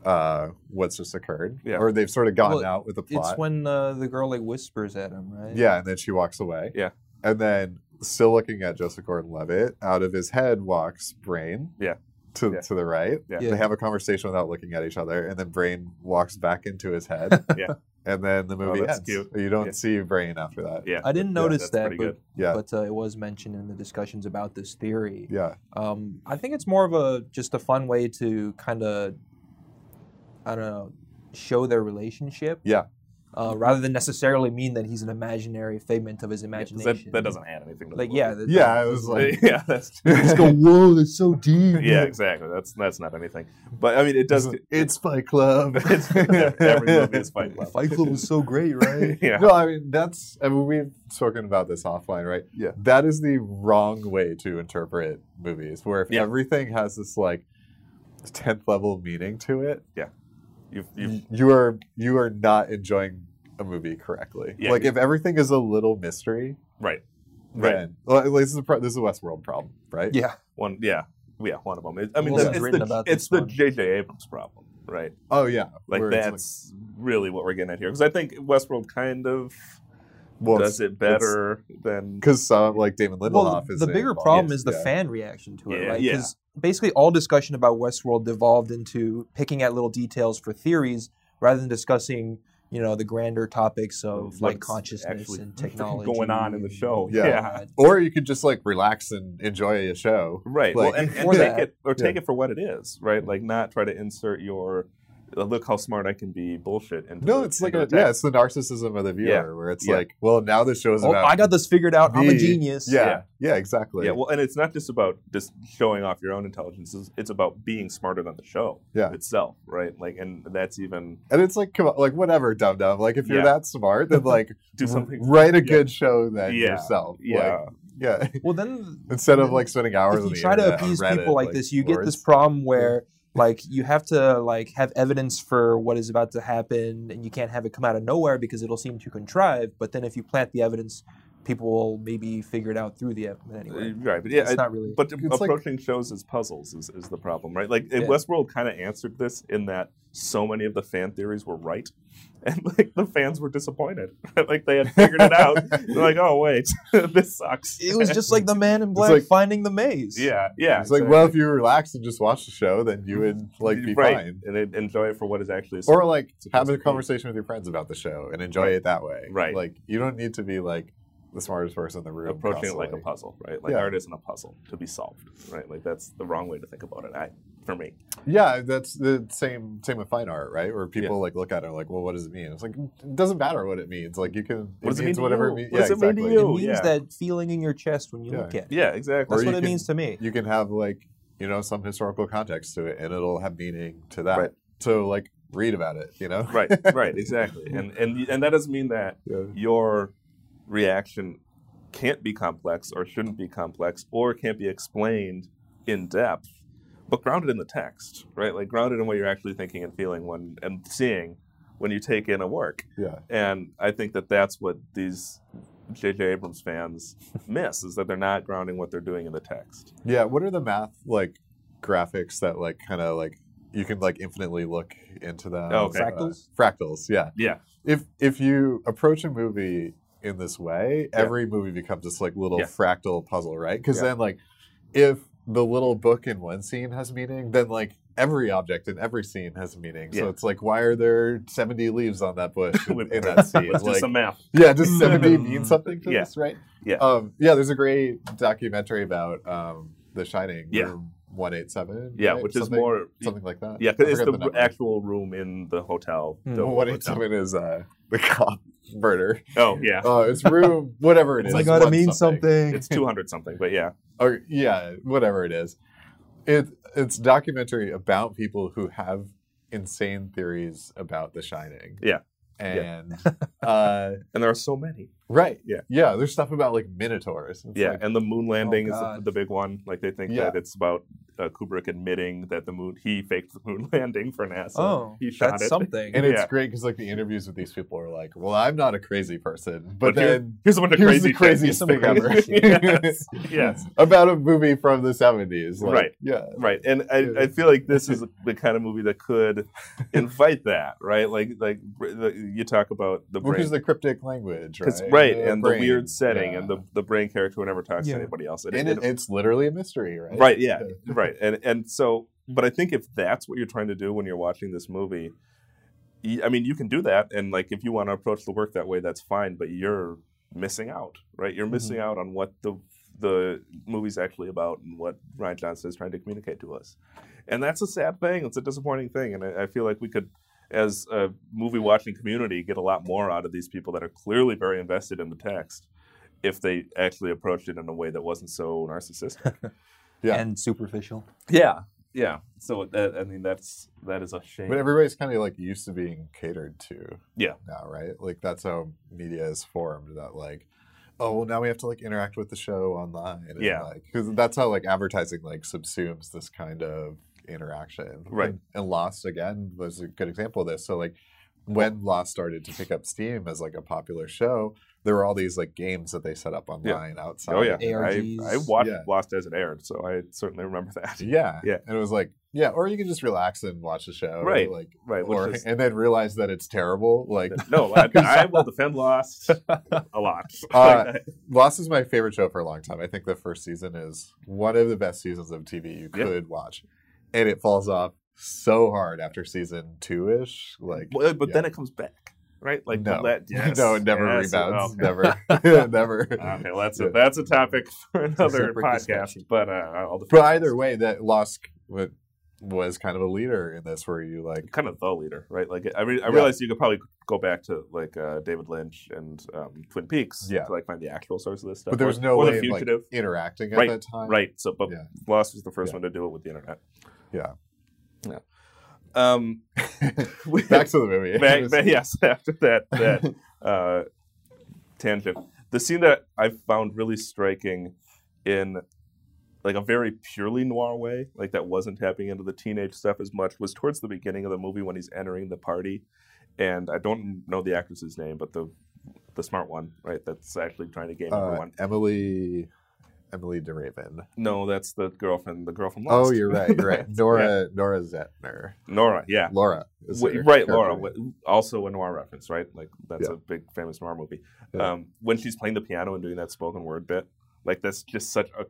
[SPEAKER 1] uh, what's just occurred,
[SPEAKER 6] Yeah.
[SPEAKER 1] or they've sort of gotten
[SPEAKER 5] Well,
[SPEAKER 1] out with the
[SPEAKER 5] it's
[SPEAKER 1] plot.
[SPEAKER 5] when uh, the girl like whispers at him, right?
[SPEAKER 1] yeah, and then she walks away.
[SPEAKER 6] Yeah.
[SPEAKER 1] and then still looking at Joseph Gordon-Levitt, out of his head walks Brain.
[SPEAKER 6] Yeah.
[SPEAKER 1] To,
[SPEAKER 6] Yeah.
[SPEAKER 1] to the right,
[SPEAKER 6] Yeah.
[SPEAKER 5] Yeah.
[SPEAKER 1] they have a conversation without looking at each other, and then Brain walks back into his head.
[SPEAKER 6] Yeah.
[SPEAKER 1] And then the movie
[SPEAKER 6] that's
[SPEAKER 1] ends.
[SPEAKER 6] cute.
[SPEAKER 1] You don't
[SPEAKER 6] Yeah.
[SPEAKER 1] see Brain after that.
[SPEAKER 6] Yeah,
[SPEAKER 5] I didn't
[SPEAKER 6] Yeah,
[SPEAKER 5] notice
[SPEAKER 6] that's
[SPEAKER 5] that,
[SPEAKER 6] pretty
[SPEAKER 5] but,
[SPEAKER 6] good.
[SPEAKER 1] Yeah.
[SPEAKER 5] but uh, it was mentioned in the discussions about this theory.
[SPEAKER 1] Yeah.
[SPEAKER 5] Um, I think it's more of a just a fun way to kind of, I don't know, show their relationship.
[SPEAKER 1] Yeah.
[SPEAKER 5] Uh, rather than necessarily mean that he's an imaginary figment of his
[SPEAKER 6] 'Cause
[SPEAKER 5] imagination.
[SPEAKER 6] that, that doesn't add anything. To
[SPEAKER 5] Like
[SPEAKER 6] the
[SPEAKER 5] yeah.
[SPEAKER 6] movie.
[SPEAKER 5] that-
[SPEAKER 1] Yeah. I was
[SPEAKER 6] Uh,
[SPEAKER 1] like,
[SPEAKER 6] yeah, that's
[SPEAKER 5] Just go. Whoa, that's so deep.
[SPEAKER 6] yeah, exactly. That's that's not anything. But I mean, it does.
[SPEAKER 1] it's Fight Club.
[SPEAKER 6] it's, every movie is fight club.
[SPEAKER 5] Fight Club was so great, right?
[SPEAKER 6] yeah,
[SPEAKER 1] No, I mean that's. I mean we've spoken about this offline, right?
[SPEAKER 6] Yeah.
[SPEAKER 1] That is the wrong way to interpret movies, where if
[SPEAKER 6] Yeah.
[SPEAKER 1] everything has this like tenth level meaning to it,
[SPEAKER 6] you've, you've
[SPEAKER 1] you you are you are not enjoying a movie correctly.
[SPEAKER 6] Yeah.
[SPEAKER 1] Like if everything is a little mystery,
[SPEAKER 6] right, right.
[SPEAKER 1] then well, at least this is a pro- this is a Westworld problem, right?
[SPEAKER 5] yeah.
[SPEAKER 6] One, yeah, yeah, one of them. It, I mean,
[SPEAKER 5] Well,
[SPEAKER 6] it's,
[SPEAKER 5] it's
[SPEAKER 6] it's
[SPEAKER 5] written
[SPEAKER 6] the
[SPEAKER 5] about
[SPEAKER 6] it's
[SPEAKER 5] this
[SPEAKER 6] the
[SPEAKER 5] one.
[SPEAKER 6] J.J. Abrams problem, right?
[SPEAKER 1] Oh yeah,
[SPEAKER 6] Like
[SPEAKER 1] where it's
[SPEAKER 6] that's really what we're getting at here, because I think Westworld kind of
[SPEAKER 1] well,
[SPEAKER 6] does it better than
[SPEAKER 1] because some like Damon Lindelof
[SPEAKER 5] Well,
[SPEAKER 1] is
[SPEAKER 5] the bigger
[SPEAKER 1] involved.
[SPEAKER 5] problem is the
[SPEAKER 1] Yeah.
[SPEAKER 5] fan reaction to it,
[SPEAKER 6] Yeah,
[SPEAKER 5] right?
[SPEAKER 6] yeah.
[SPEAKER 5] Because basically all discussion about Westworld devolved into picking at little details for theories rather than discussing, you know, the grander topics of
[SPEAKER 6] Mm,
[SPEAKER 5] like
[SPEAKER 6] what's
[SPEAKER 5] consciousness
[SPEAKER 6] actually
[SPEAKER 5] and technology
[SPEAKER 6] going on in the show.
[SPEAKER 1] Yeah.
[SPEAKER 6] Yeah.
[SPEAKER 1] Or you could just like relax and enjoy a show.
[SPEAKER 6] Right.
[SPEAKER 1] Like-
[SPEAKER 6] well, and, and
[SPEAKER 5] For
[SPEAKER 6] take
[SPEAKER 5] that,
[SPEAKER 6] it or take
[SPEAKER 1] yeah.
[SPEAKER 6] it for what it is, right? Like not try to insert your uh, look how smart I can be bullshit into
[SPEAKER 1] No,
[SPEAKER 6] the-
[SPEAKER 1] it's like
[SPEAKER 6] into
[SPEAKER 1] a,
[SPEAKER 6] the
[SPEAKER 1] yeah,
[SPEAKER 6] text.
[SPEAKER 1] it's the narcissism of the viewer
[SPEAKER 6] Yeah.
[SPEAKER 1] where it's
[SPEAKER 6] Yeah.
[SPEAKER 1] like, well, now the show's
[SPEAKER 5] Oh,
[SPEAKER 1] about
[SPEAKER 5] I got this figured out. I'm a
[SPEAKER 1] me.
[SPEAKER 5] genius.
[SPEAKER 1] Yeah,
[SPEAKER 6] Yeah.
[SPEAKER 1] yeah, exactly.
[SPEAKER 6] yeah. Well, and it's not just about just showing off your own intelligence. It's, it's about being smarter than the show
[SPEAKER 1] Yeah.
[SPEAKER 6] itself, right? Like, and that's even
[SPEAKER 1] and it's like, come on, like whatever, dum dum. Like if you're
[SPEAKER 6] Yeah.
[SPEAKER 1] that smart, then like
[SPEAKER 6] do something.
[SPEAKER 1] write a good show then
[SPEAKER 6] Yeah.
[SPEAKER 1] yourself.
[SPEAKER 6] Yeah.
[SPEAKER 1] Like, yeah.
[SPEAKER 5] Well, then
[SPEAKER 1] Instead of like spending hours.
[SPEAKER 5] if
[SPEAKER 1] on
[SPEAKER 5] you
[SPEAKER 1] the
[SPEAKER 5] try to
[SPEAKER 1] internet on
[SPEAKER 5] appease
[SPEAKER 1] uh, Reddit,
[SPEAKER 5] people like, this, you get
[SPEAKER 1] lords.
[SPEAKER 5] this problem where like you have to like have evidence for what is about to happen, and you can't have it come out of nowhere because it'll seem too contrived. But then if you plant the evidence, people will maybe figure it out through the evidence anyway.
[SPEAKER 6] Right, but Uh, yeah,
[SPEAKER 5] it's
[SPEAKER 6] I-
[SPEAKER 5] not really.
[SPEAKER 6] But
[SPEAKER 1] It's like-
[SPEAKER 6] approaching shows as puzzles is, is the problem, right? Like and
[SPEAKER 5] Yeah.
[SPEAKER 6] Westworld kind of answered this in that so many of the fan theories were right, and like the fans were disappointed. like they had figured it out. They're like, oh wait, this sucks.
[SPEAKER 5] it was just like the Man in Black
[SPEAKER 1] like-
[SPEAKER 5] finding the maze.
[SPEAKER 6] yeah, yeah.
[SPEAKER 1] It's like, well, if you relax and just watch the show, then you would like be
[SPEAKER 6] right,
[SPEAKER 1] fine.
[SPEAKER 6] and en- enjoy it for what is actually.
[SPEAKER 1] Or like have
[SPEAKER 6] supposed to
[SPEAKER 1] a
[SPEAKER 6] be.
[SPEAKER 1] conversation with your friends about the show and enjoy it that way.
[SPEAKER 6] Right.
[SPEAKER 1] Like you don't need to be like the smartest person in the room.
[SPEAKER 6] approaching it like a
[SPEAKER 1] constantly.
[SPEAKER 6] puzzle, right? Like
[SPEAKER 1] Yeah.
[SPEAKER 6] art isn't a puzzle to be solved, right? Like that's the wrong way to think about it. I, for me,
[SPEAKER 1] Yeah, that's the same same with fine art, right? Where people like look at it and like, well, what does it mean? It's like it doesn't matter what it means. Like you can
[SPEAKER 6] What does
[SPEAKER 1] it
[SPEAKER 6] it
[SPEAKER 1] means
[SPEAKER 6] mean to
[SPEAKER 1] whatever
[SPEAKER 6] you?
[SPEAKER 1] it means.
[SPEAKER 6] What does it mean to
[SPEAKER 5] It
[SPEAKER 6] you?
[SPEAKER 5] means
[SPEAKER 6] yeah.
[SPEAKER 5] that feeling in your chest when you
[SPEAKER 1] Yeah.
[SPEAKER 5] look at it.
[SPEAKER 6] yeah, exactly.
[SPEAKER 5] That's
[SPEAKER 1] Or
[SPEAKER 5] what
[SPEAKER 1] you
[SPEAKER 5] it
[SPEAKER 1] can-
[SPEAKER 5] means to me.
[SPEAKER 1] You can have like you know, some historical context to it, and it'll have meaning to that.
[SPEAKER 6] Right.
[SPEAKER 1] So like, read about it. You know,
[SPEAKER 6] right right exactly and and and that doesn't mean that
[SPEAKER 1] Yeah.
[SPEAKER 6] your reaction can't be complex or shouldn't be complex or can't be explained in depth but grounded in the text right like grounded in what you're actually thinking and feeling when and seeing when you take in a work
[SPEAKER 1] Yeah.
[SPEAKER 6] and i think that that's what these jj abrams fans miss is that they're not grounding what they're doing in the text
[SPEAKER 1] Yeah, what are the math like graphics that like kind of like you can like infinitely look into them?
[SPEAKER 6] Oh, okay.
[SPEAKER 5] Fractals?
[SPEAKER 1] Uh, fractals, yeah.
[SPEAKER 6] yeah
[SPEAKER 1] If if you approach a movie in this way, every movie becomes this like little
[SPEAKER 6] Yeah.
[SPEAKER 1] fractal puzzle, right? Because
[SPEAKER 6] Yeah.
[SPEAKER 1] then like if the little book in one scene has meaning, then like every object in every scene has meaning. So
[SPEAKER 6] Yeah.
[SPEAKER 1] it's like why are there seventy leaves on that bush in,
[SPEAKER 6] With-
[SPEAKER 1] in that scene?
[SPEAKER 6] let's do
[SPEAKER 1] Like,
[SPEAKER 6] some math
[SPEAKER 1] yeah, does 70 mean something to
[SPEAKER 6] Mm-hmm. Yeah.
[SPEAKER 1] this, right?
[SPEAKER 6] Yeah.
[SPEAKER 1] Um, yeah, there's a great documentary about um, The Shining,
[SPEAKER 6] Yeah.
[SPEAKER 1] Room 187.
[SPEAKER 6] yeah
[SPEAKER 1] right?
[SPEAKER 6] which is
[SPEAKER 1] Something-
[SPEAKER 6] more
[SPEAKER 1] Something like that.
[SPEAKER 6] Yeah,
[SPEAKER 1] I
[SPEAKER 6] 'cause it's
[SPEAKER 1] forget
[SPEAKER 6] the,
[SPEAKER 1] number.
[SPEAKER 6] actual room in the hotel.
[SPEAKER 5] Hmm.
[SPEAKER 6] The
[SPEAKER 1] Well,
[SPEAKER 6] hotel.
[SPEAKER 1] 187 is uh, the cop murder.
[SPEAKER 6] Oh yeah,
[SPEAKER 1] Oh, it's room, whatever it is.
[SPEAKER 5] It's like, oh, it
[SPEAKER 1] one
[SPEAKER 5] means something.
[SPEAKER 6] it's two hundred something, but yeah,
[SPEAKER 1] or yeah, whatever it is. It it's a documentary about people who have insane theories about The Shining.
[SPEAKER 6] Yeah.
[SPEAKER 1] And uh,
[SPEAKER 6] and there are so many.
[SPEAKER 1] right,
[SPEAKER 6] Yeah.
[SPEAKER 1] yeah. There's stuff about like minotaurs. It's
[SPEAKER 6] yeah,
[SPEAKER 1] like, oh,
[SPEAKER 6] and the moon landing is the,
[SPEAKER 5] God.
[SPEAKER 6] the big one. Like they think
[SPEAKER 1] Yeah.
[SPEAKER 6] that it's about uh, Kubrick admitting that the moon he faked the moon landing for NASA.
[SPEAKER 5] oh,
[SPEAKER 6] he shot
[SPEAKER 5] that's
[SPEAKER 6] it.
[SPEAKER 5] something.
[SPEAKER 1] And it's
[SPEAKER 6] Yeah.
[SPEAKER 1] great because like the interviews with these people are like, "Well, I'm not a crazy person," but,
[SPEAKER 6] But here-
[SPEAKER 1] then
[SPEAKER 6] here's one of the
[SPEAKER 1] here's
[SPEAKER 6] crazy
[SPEAKER 1] the craziest
[SPEAKER 6] things.
[SPEAKER 1] thing ever.
[SPEAKER 6] yes, yes,
[SPEAKER 1] about a movie from the '70s, like,
[SPEAKER 6] Right.
[SPEAKER 1] Yeah,
[SPEAKER 6] right. And I, I feel like this is the kind of movie that could invite that, right? Like like br- the- you talk about the
[SPEAKER 1] which
[SPEAKER 6] brain.
[SPEAKER 1] is the cryptic language,
[SPEAKER 6] 'Cause-
[SPEAKER 1] right?
[SPEAKER 6] right,
[SPEAKER 1] The
[SPEAKER 6] and
[SPEAKER 1] brain.
[SPEAKER 6] the weird setting, and
[SPEAKER 1] Yeah.
[SPEAKER 6] the, the brain character who never talks
[SPEAKER 5] Yeah.
[SPEAKER 6] to anybody else. It-
[SPEAKER 1] and
[SPEAKER 6] it-
[SPEAKER 1] it, it's literally a mystery, right?
[SPEAKER 6] right yeah right and and so but i think if that's what you're trying to do when you're watching this movie y- i mean you can do that and like if you want to approach the work that way that's fine but you're missing out right you're missing out on what the the movie's actually about and what ryan johnson is trying to communicate to us and that's a sad thing it's a disappointing thing and i, I feel like we could as a movie watching community get a lot more out of these people that are clearly very invested in the text if they actually approached it in a way that wasn't so narcissistic
[SPEAKER 1] Yeah.
[SPEAKER 5] And superficial.
[SPEAKER 6] yeah, yeah. So that, I mean, that's that is a shame.
[SPEAKER 1] But everybody's kind of like used to being catered to.
[SPEAKER 6] Yeah.
[SPEAKER 1] Now, right? Like that's how media is formed. That like, oh well, now we have to like interact with the show online. and,
[SPEAKER 6] Yeah.
[SPEAKER 1] Like, because that's how like advertising like subsumes this kind of interaction.
[SPEAKER 6] Right.
[SPEAKER 1] And, and Lost again was a good example of this. So like, when Lost started to pick up steam as like a popular show, there were all these like games that they set up online outside.
[SPEAKER 6] oh yeah,
[SPEAKER 5] ARGs.
[SPEAKER 6] I, I watched
[SPEAKER 1] Yeah.
[SPEAKER 6] Lost as it aired, so I certainly remember that.
[SPEAKER 1] Yeah.
[SPEAKER 6] Yeah.
[SPEAKER 1] And it was like, yeah, or you can just relax and watch the show.
[SPEAKER 6] Right,
[SPEAKER 1] Like,
[SPEAKER 6] Right, which
[SPEAKER 1] or,
[SPEAKER 6] is,
[SPEAKER 1] and then realize that it's terrible. Like,
[SPEAKER 6] no, I, I will defend Lost a lot.
[SPEAKER 1] Uh, Lost is my favorite show for a long time. I think the first season is one of the best seasons of TV you
[SPEAKER 6] Yeah.
[SPEAKER 1] could watch, and it falls off so hard after season two ish. Like,
[SPEAKER 6] Well, but
[SPEAKER 1] yeah.
[SPEAKER 6] then it comes back, right? Like
[SPEAKER 1] no,
[SPEAKER 6] that. Yes,
[SPEAKER 1] no, it never
[SPEAKER 6] yes,
[SPEAKER 1] rebounds,
[SPEAKER 6] okay.
[SPEAKER 1] never, never.
[SPEAKER 6] Okay, well, that's
[SPEAKER 1] Yeah.
[SPEAKER 6] a, that's a topic for another
[SPEAKER 5] separate
[SPEAKER 6] podcast.
[SPEAKER 5] discussion.
[SPEAKER 6] But uh, I'll defend
[SPEAKER 1] But
[SPEAKER 6] Lost.
[SPEAKER 1] either way, that Lost wa- was kind of a leader in this, where you like,
[SPEAKER 6] kind of the leader, right? Like I, re- I
[SPEAKER 1] Yeah.
[SPEAKER 6] realized you could probably go back to like uh, David Lynch and um, Twin Peaks
[SPEAKER 1] Yeah.
[SPEAKER 6] to like find the actual source of this stuff.
[SPEAKER 1] but there was
[SPEAKER 6] Or-
[SPEAKER 1] no
[SPEAKER 6] or
[SPEAKER 1] way
[SPEAKER 6] the
[SPEAKER 1] of like
[SPEAKER 6] fugitive,
[SPEAKER 1] interacting at
[SPEAKER 6] Right,
[SPEAKER 1] that time.
[SPEAKER 6] right? So, but
[SPEAKER 1] Yeah.
[SPEAKER 6] Lost was the first
[SPEAKER 1] Yeah.
[SPEAKER 6] one to do it with the internet.
[SPEAKER 1] Yeah.
[SPEAKER 6] yeah. Um, we-
[SPEAKER 1] Back to the movie.
[SPEAKER 6] back- back- yes, after that that uh, tangent, the scene that I found really striking in like a very purely noir way, like that wasn't tapping into the teenage stuff as much, was towards the beginning of the movie when he's entering the party, and I don't know the actress's name, but the the smart one, right? That's actually trying to game
[SPEAKER 1] Uh,
[SPEAKER 6] everyone.
[SPEAKER 1] Emily, Emily DeRaven.
[SPEAKER 6] No, that's the girlfriend. The girl from Lost.
[SPEAKER 1] Oh, you're right. You're right. Nora, Nora Zetner.
[SPEAKER 6] Nora. Yeah,
[SPEAKER 1] Laura. is
[SPEAKER 6] Wh-
[SPEAKER 1] her
[SPEAKER 6] right,
[SPEAKER 1] character
[SPEAKER 6] Laura.
[SPEAKER 1] name.
[SPEAKER 6] wh- Also a noir reference, right? Like that's
[SPEAKER 1] Yeah.
[SPEAKER 6] a big famous noir movie.
[SPEAKER 1] Yeah.
[SPEAKER 6] Um, when she's playing the piano and doing that spoken word bit, like that's just such a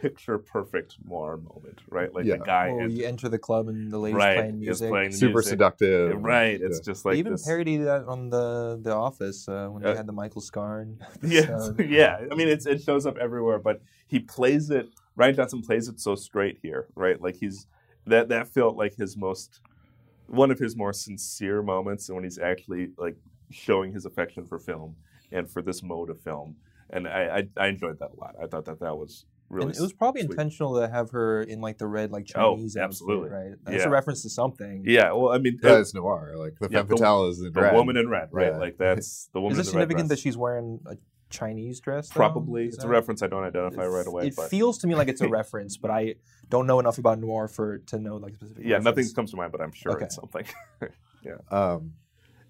[SPEAKER 6] picture perfect noir moment, right? Like
[SPEAKER 1] Yeah.
[SPEAKER 6] the guy
[SPEAKER 5] Well,
[SPEAKER 6] is,
[SPEAKER 5] you enter the club and the lady's
[SPEAKER 6] right,
[SPEAKER 5] playing
[SPEAKER 6] is
[SPEAKER 5] music.
[SPEAKER 6] playing the
[SPEAKER 1] Super
[SPEAKER 6] music.
[SPEAKER 1] seductive.
[SPEAKER 6] Right, it's
[SPEAKER 1] Yeah.
[SPEAKER 6] just like
[SPEAKER 5] they even
[SPEAKER 6] this,
[SPEAKER 5] parodied that on the The Office uh, when
[SPEAKER 6] Uh,
[SPEAKER 5] they had the Michael Scarn.
[SPEAKER 6] yeah,
[SPEAKER 5] episode.
[SPEAKER 6] yeah. I mean, it's, it shows up everywhere, but he plays it. Ryan Johnson plays it so straight here, right? Like he's that that felt like his most one of his more sincere moments, and when he's actually like showing his affection for film and for this mode of film. And I I, I enjoyed that a lot. I thought that that was really.
[SPEAKER 5] and it was probably
[SPEAKER 6] sweet.
[SPEAKER 5] intentional to have her in like the red, like
[SPEAKER 6] Oh,
[SPEAKER 5] Chinese. outfit,
[SPEAKER 6] absolutely.
[SPEAKER 5] right. That's
[SPEAKER 6] Yeah.
[SPEAKER 5] a reference to something.
[SPEAKER 6] Yeah, well, I mean,
[SPEAKER 1] That
[SPEAKER 6] it-
[SPEAKER 1] is noir. Like the
[SPEAKER 6] Yeah,
[SPEAKER 1] femme
[SPEAKER 6] the-
[SPEAKER 1] fatale is the,
[SPEAKER 6] the
[SPEAKER 1] red.
[SPEAKER 6] woman in red, right?
[SPEAKER 1] Yeah.
[SPEAKER 6] Like that's the woman.
[SPEAKER 5] Is it
[SPEAKER 6] in the red
[SPEAKER 5] significant that
[SPEAKER 6] dress.
[SPEAKER 5] she's wearing a Chinese dress? though?
[SPEAKER 6] probably?
[SPEAKER 5] Is
[SPEAKER 6] It's a
[SPEAKER 5] that-
[SPEAKER 6] reference I don't identify right away.
[SPEAKER 5] It
[SPEAKER 6] but
[SPEAKER 5] feels to me like it's a reference, but I don't know enough about noir for to know like specific.
[SPEAKER 6] yeah, nothing
[SPEAKER 5] reference.
[SPEAKER 6] comes to mind, but I'm sure
[SPEAKER 5] Okay.
[SPEAKER 6] it's something.
[SPEAKER 1] Um,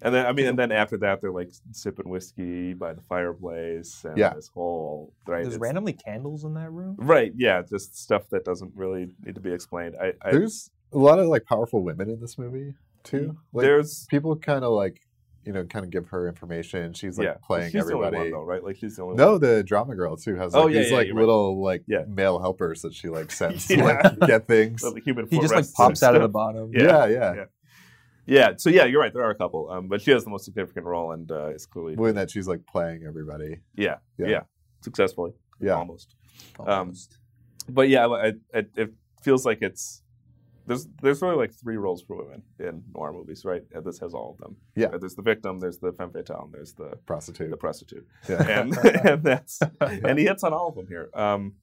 [SPEAKER 6] And then I mean, and then after that, they're like sipping whiskey by the fireplace, and
[SPEAKER 1] Yeah.
[SPEAKER 6] this whole right,
[SPEAKER 5] There's
[SPEAKER 6] it's-
[SPEAKER 5] randomly candles in that room.
[SPEAKER 6] right, yeah, just stuff that doesn't really need to be explained. I, I
[SPEAKER 1] there's a lot of like powerful women in this movie too.
[SPEAKER 6] Mm-hmm.
[SPEAKER 1] Like
[SPEAKER 6] there's
[SPEAKER 1] people kind of like you know kind of give her information. She's like
[SPEAKER 6] yeah,
[SPEAKER 1] playing
[SPEAKER 6] she's
[SPEAKER 1] everybody.
[SPEAKER 6] the only one though, right? Like she's the only
[SPEAKER 1] No,
[SPEAKER 6] one.
[SPEAKER 1] the drama girl too has like
[SPEAKER 6] Oh, yeah,
[SPEAKER 1] these
[SPEAKER 6] yeah,
[SPEAKER 1] like
[SPEAKER 6] you're right.
[SPEAKER 1] little like
[SPEAKER 6] Yeah.
[SPEAKER 1] male helpers that she like sends
[SPEAKER 6] Yeah.
[SPEAKER 1] to like get things.
[SPEAKER 6] So the human
[SPEAKER 5] He just like
[SPEAKER 6] fluorescence
[SPEAKER 5] pops out of the
[SPEAKER 6] stuff.
[SPEAKER 5] bottom.
[SPEAKER 6] Yeah.
[SPEAKER 1] yeah, yeah.
[SPEAKER 6] Yeah. Yeah, so yeah, you're right. There are a couple, um, but she has the most significant role, and uh, is clearly
[SPEAKER 1] More than that she's like playing everybody.
[SPEAKER 6] yeah,
[SPEAKER 1] Yeah.
[SPEAKER 6] yeah, successfully,
[SPEAKER 1] Yeah.
[SPEAKER 6] almost. um,
[SPEAKER 5] Almost.
[SPEAKER 6] But yeah, I, I- it, it feels like it's there's there's really like three roles for women in noir movies, right? And this has all of them.
[SPEAKER 1] Yeah.
[SPEAKER 6] Uh, there's the victim, there's the femme fatale, and there's the the
[SPEAKER 1] Prostitute.
[SPEAKER 6] prostitute,
[SPEAKER 1] Yeah.
[SPEAKER 6] and and that's and he hits on all of them here. Um,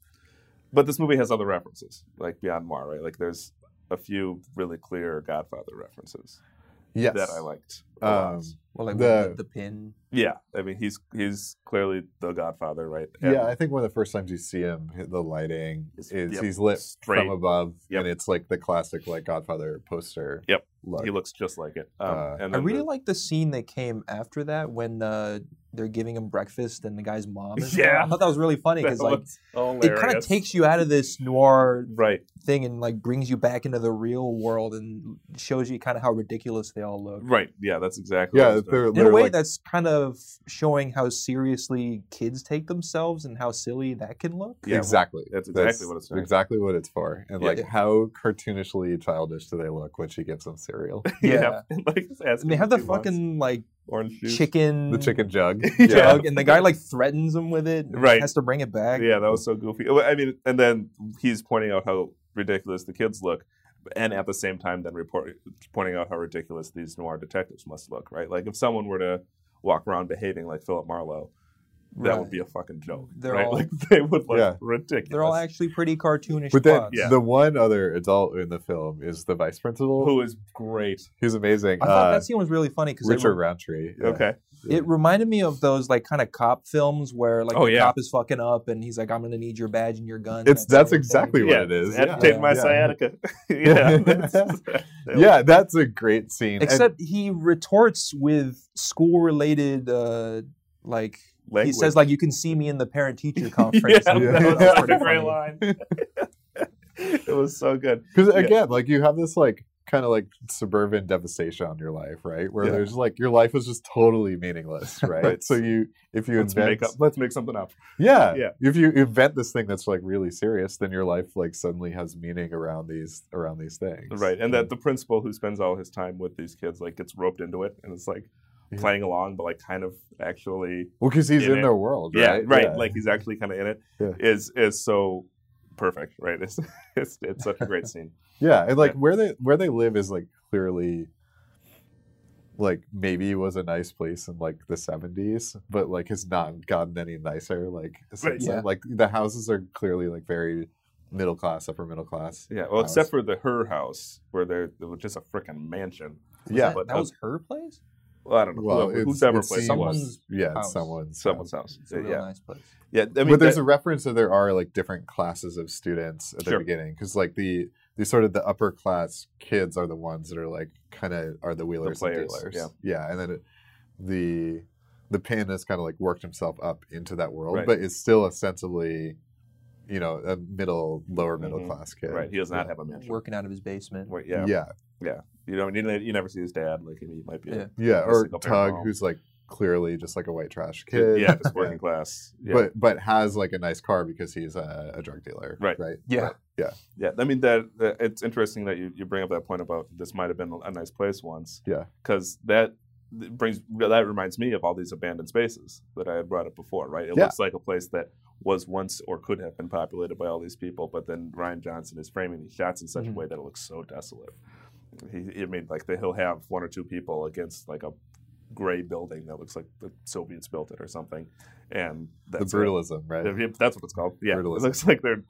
[SPEAKER 6] but this movie has other references, like beyond noir, right? Like there's a few really clear Godfather references
[SPEAKER 1] yes.
[SPEAKER 6] that I liked. a lot.
[SPEAKER 1] Um,
[SPEAKER 5] Well, like
[SPEAKER 1] The-
[SPEAKER 5] the, the pin.
[SPEAKER 6] Yeah, I mean he's he's clearly the Godfather, right? And
[SPEAKER 1] yeah, I think one of the first times you see him, the lighting
[SPEAKER 6] It's-
[SPEAKER 1] is
[SPEAKER 6] yep,
[SPEAKER 1] he's lit
[SPEAKER 6] straight.
[SPEAKER 1] from above,
[SPEAKER 6] Yep.
[SPEAKER 1] and it's like the classic like Godfather poster.
[SPEAKER 6] Yep.
[SPEAKER 1] Look.
[SPEAKER 6] he looks just like it. Um,
[SPEAKER 1] Uh,
[SPEAKER 6] and
[SPEAKER 5] I
[SPEAKER 6] then
[SPEAKER 5] really
[SPEAKER 6] the-
[SPEAKER 5] like the scene that came after that when uh, they're giving him breakfast and the guy's mom. Is
[SPEAKER 6] Yeah.
[SPEAKER 5] there. I thought that was really funny because
[SPEAKER 6] That
[SPEAKER 5] like
[SPEAKER 6] was hilarious.
[SPEAKER 5] it kind of takes you out of this noir
[SPEAKER 6] right.
[SPEAKER 5] thing and like brings you back into the real world and shows you kind of how ridiculous they all look.
[SPEAKER 6] Right. Yeah, that's exactly. what I
[SPEAKER 1] Yeah,
[SPEAKER 6] was doing.
[SPEAKER 1] they're,
[SPEAKER 5] In a
[SPEAKER 1] they're
[SPEAKER 5] way,
[SPEAKER 1] like,
[SPEAKER 5] that's kind of showing how seriously kids take themselves and how silly that can look.
[SPEAKER 6] Yeah,
[SPEAKER 1] exactly.
[SPEAKER 6] that's exactly what it's doing.
[SPEAKER 1] Exactly what it's for, and
[SPEAKER 6] Yeah.
[SPEAKER 1] like how cartoonishly childish do they look when she gives them cereal?
[SPEAKER 6] yeah. like just asking
[SPEAKER 5] And they have
[SPEAKER 6] if
[SPEAKER 5] the
[SPEAKER 6] he wants
[SPEAKER 5] fucking like
[SPEAKER 6] orange juice.
[SPEAKER 5] chicken,
[SPEAKER 1] the chicken jug.
[SPEAKER 6] Yeah.
[SPEAKER 5] jug, and the guy like threatens him with it. and
[SPEAKER 6] Right.
[SPEAKER 5] has to bring it back.
[SPEAKER 6] Yeah, that was so goofy. Well, I mean, and then he's pointing out how ridiculous the kids look, and at the same time, then report, pointing out how ridiculous these noir detectives must look. Right? Like if someone were to walk around behaving like Philip Marlowe, that
[SPEAKER 5] Right.
[SPEAKER 6] would be a fucking joke.
[SPEAKER 5] They're
[SPEAKER 6] right?
[SPEAKER 5] all-
[SPEAKER 6] like they would look
[SPEAKER 1] Yeah.
[SPEAKER 6] ridiculous.
[SPEAKER 5] They're all actually pretty cartoonish.
[SPEAKER 1] But then
[SPEAKER 5] fucks.
[SPEAKER 6] Yeah.
[SPEAKER 1] the one other adult in the film is the vice principal.
[SPEAKER 6] Who is great?
[SPEAKER 1] He's amazing.
[SPEAKER 5] I thought
[SPEAKER 1] Uh,
[SPEAKER 5] that scene was really funny because
[SPEAKER 1] Richard Roundtree. yeah.
[SPEAKER 6] Okay.
[SPEAKER 5] It reminded me of those like kind of cop films where like
[SPEAKER 6] Oh,
[SPEAKER 5] the
[SPEAKER 6] yeah.
[SPEAKER 5] cop is fucking up and he's like, "I'm gonna need your badge and your gun."
[SPEAKER 1] It's
[SPEAKER 5] that
[SPEAKER 1] that's
[SPEAKER 5] sort of
[SPEAKER 1] exactly
[SPEAKER 5] thing.
[SPEAKER 1] what it is. Yeah,
[SPEAKER 6] Amputate my
[SPEAKER 1] yeah.
[SPEAKER 6] sciatica. yeah. uh, that's-
[SPEAKER 1] Yeah, that's a great scene. And-
[SPEAKER 5] Except he retorts with school-related, uh, like he
[SPEAKER 6] Language.
[SPEAKER 5] says, like you can see me in the parent-teacher conference.
[SPEAKER 6] yeah,
[SPEAKER 1] Yeah.
[SPEAKER 6] that was
[SPEAKER 5] That's
[SPEAKER 6] such
[SPEAKER 5] pretty
[SPEAKER 6] a great
[SPEAKER 5] funny.
[SPEAKER 6] line. it was so good.
[SPEAKER 1] Because
[SPEAKER 6] Yeah.
[SPEAKER 1] again, like you have this like kind of like suburban devastation on your life, right? Where
[SPEAKER 6] Yeah.
[SPEAKER 1] there's like your life is just totally meaningless, right?
[SPEAKER 6] Right.
[SPEAKER 1] So you if you
[SPEAKER 6] Let's
[SPEAKER 1] invent
[SPEAKER 6] make up. Let's make something up.
[SPEAKER 1] yeah,
[SPEAKER 6] Yeah.
[SPEAKER 1] if you invent this thing that's like really serious, then your life like suddenly has meaning around these around these things,
[SPEAKER 6] Right, and that the principal who spends all his time with these kids like gets roped into it, and it's like
[SPEAKER 1] Yeah.
[SPEAKER 6] playing along, but like kind of actually,
[SPEAKER 1] well, because he's
[SPEAKER 6] in
[SPEAKER 1] in,
[SPEAKER 6] it.
[SPEAKER 1] their world,
[SPEAKER 6] yeah,
[SPEAKER 1] right?
[SPEAKER 6] right, like he's actually kind of in it.
[SPEAKER 1] Yeah.
[SPEAKER 6] Is is so perfect, right? It's it's, it's such a great scene.
[SPEAKER 1] Yeah, and like
[SPEAKER 6] Yeah.
[SPEAKER 1] where they where they live is like clearly like maybe was a nice place in like the 70s but like has not gotten any nicer like since
[SPEAKER 6] Right,
[SPEAKER 1] then.
[SPEAKER 5] yeah.
[SPEAKER 1] like the houses are clearly like very middle class upper middle class
[SPEAKER 6] Yeah, well,
[SPEAKER 1] house.
[SPEAKER 6] except for the her house where they're it was just a freaking mansion.
[SPEAKER 5] Was
[SPEAKER 1] yeah
[SPEAKER 5] that,
[SPEAKER 6] but-
[SPEAKER 5] that was her place.
[SPEAKER 6] Well, I don't know
[SPEAKER 1] well
[SPEAKER 6] whoever-
[SPEAKER 1] it's,
[SPEAKER 6] who's ever
[SPEAKER 1] it
[SPEAKER 6] played
[SPEAKER 1] seems-
[SPEAKER 6] it was.
[SPEAKER 5] Someone's
[SPEAKER 1] yeah it's
[SPEAKER 5] house.
[SPEAKER 1] someone's
[SPEAKER 6] someone's
[SPEAKER 1] house.
[SPEAKER 6] house.
[SPEAKER 5] It's a real
[SPEAKER 6] yeah,
[SPEAKER 5] nice place.
[SPEAKER 6] yeah. I mean,
[SPEAKER 1] but there's
[SPEAKER 6] that-
[SPEAKER 1] a reference that there are like different classes of students at the
[SPEAKER 6] Sure.
[SPEAKER 1] beginning because like the the sort of the upper class kids are the ones that are like kind of are the wheelers and
[SPEAKER 6] players,
[SPEAKER 1] dealers
[SPEAKER 6] yeah.
[SPEAKER 1] yeah and then it, the the pin has kind of like worked himself up into that world
[SPEAKER 6] Right.
[SPEAKER 1] but is still ostensibly you know a middle lower middle
[SPEAKER 6] Mhm.
[SPEAKER 1] class kid
[SPEAKER 6] right. He does not
[SPEAKER 1] yeah.
[SPEAKER 6] have a mansion.
[SPEAKER 5] Working out of his basement.
[SPEAKER 6] Wait,
[SPEAKER 1] yeah
[SPEAKER 6] yeah.
[SPEAKER 1] yeah,
[SPEAKER 6] You don't. You, ne- you never see his dad. Like he might be. a-
[SPEAKER 5] Yeah.
[SPEAKER 1] yeah.
[SPEAKER 6] A
[SPEAKER 1] or
[SPEAKER 6] single parent
[SPEAKER 1] tug
[SPEAKER 6] mom.
[SPEAKER 1] who's like clearly just like a white trash
[SPEAKER 6] Yeah,
[SPEAKER 1] kid
[SPEAKER 6] just working class. Yeah.
[SPEAKER 1] but but has like a nice car because he's a, a drug dealer
[SPEAKER 6] Right.
[SPEAKER 1] right
[SPEAKER 5] Yeah.
[SPEAKER 6] Yeah, I mean that. that- It's interesting that you, you bring up that point about this might have been a nice place once.
[SPEAKER 1] Yeah.
[SPEAKER 6] because that brings that reminds me of all these abandoned spaces that I had brought up before. Right, it
[SPEAKER 1] Yeah.
[SPEAKER 6] looks like a place that was once or could have been populated by all these people, but then Ryan Johnson is framing these shots in such
[SPEAKER 1] Mm-hmm.
[SPEAKER 5] Mhm.
[SPEAKER 6] a way that it looks so desolate. He, I mean, like the, he'll have one or two people against like a gray building that looks like the Soviets built it or something, and
[SPEAKER 1] The
[SPEAKER 6] that's it.
[SPEAKER 1] brutalism, right?
[SPEAKER 6] If- if That's what it's called. Yeah,
[SPEAKER 1] Brutalism.
[SPEAKER 6] it looks like they're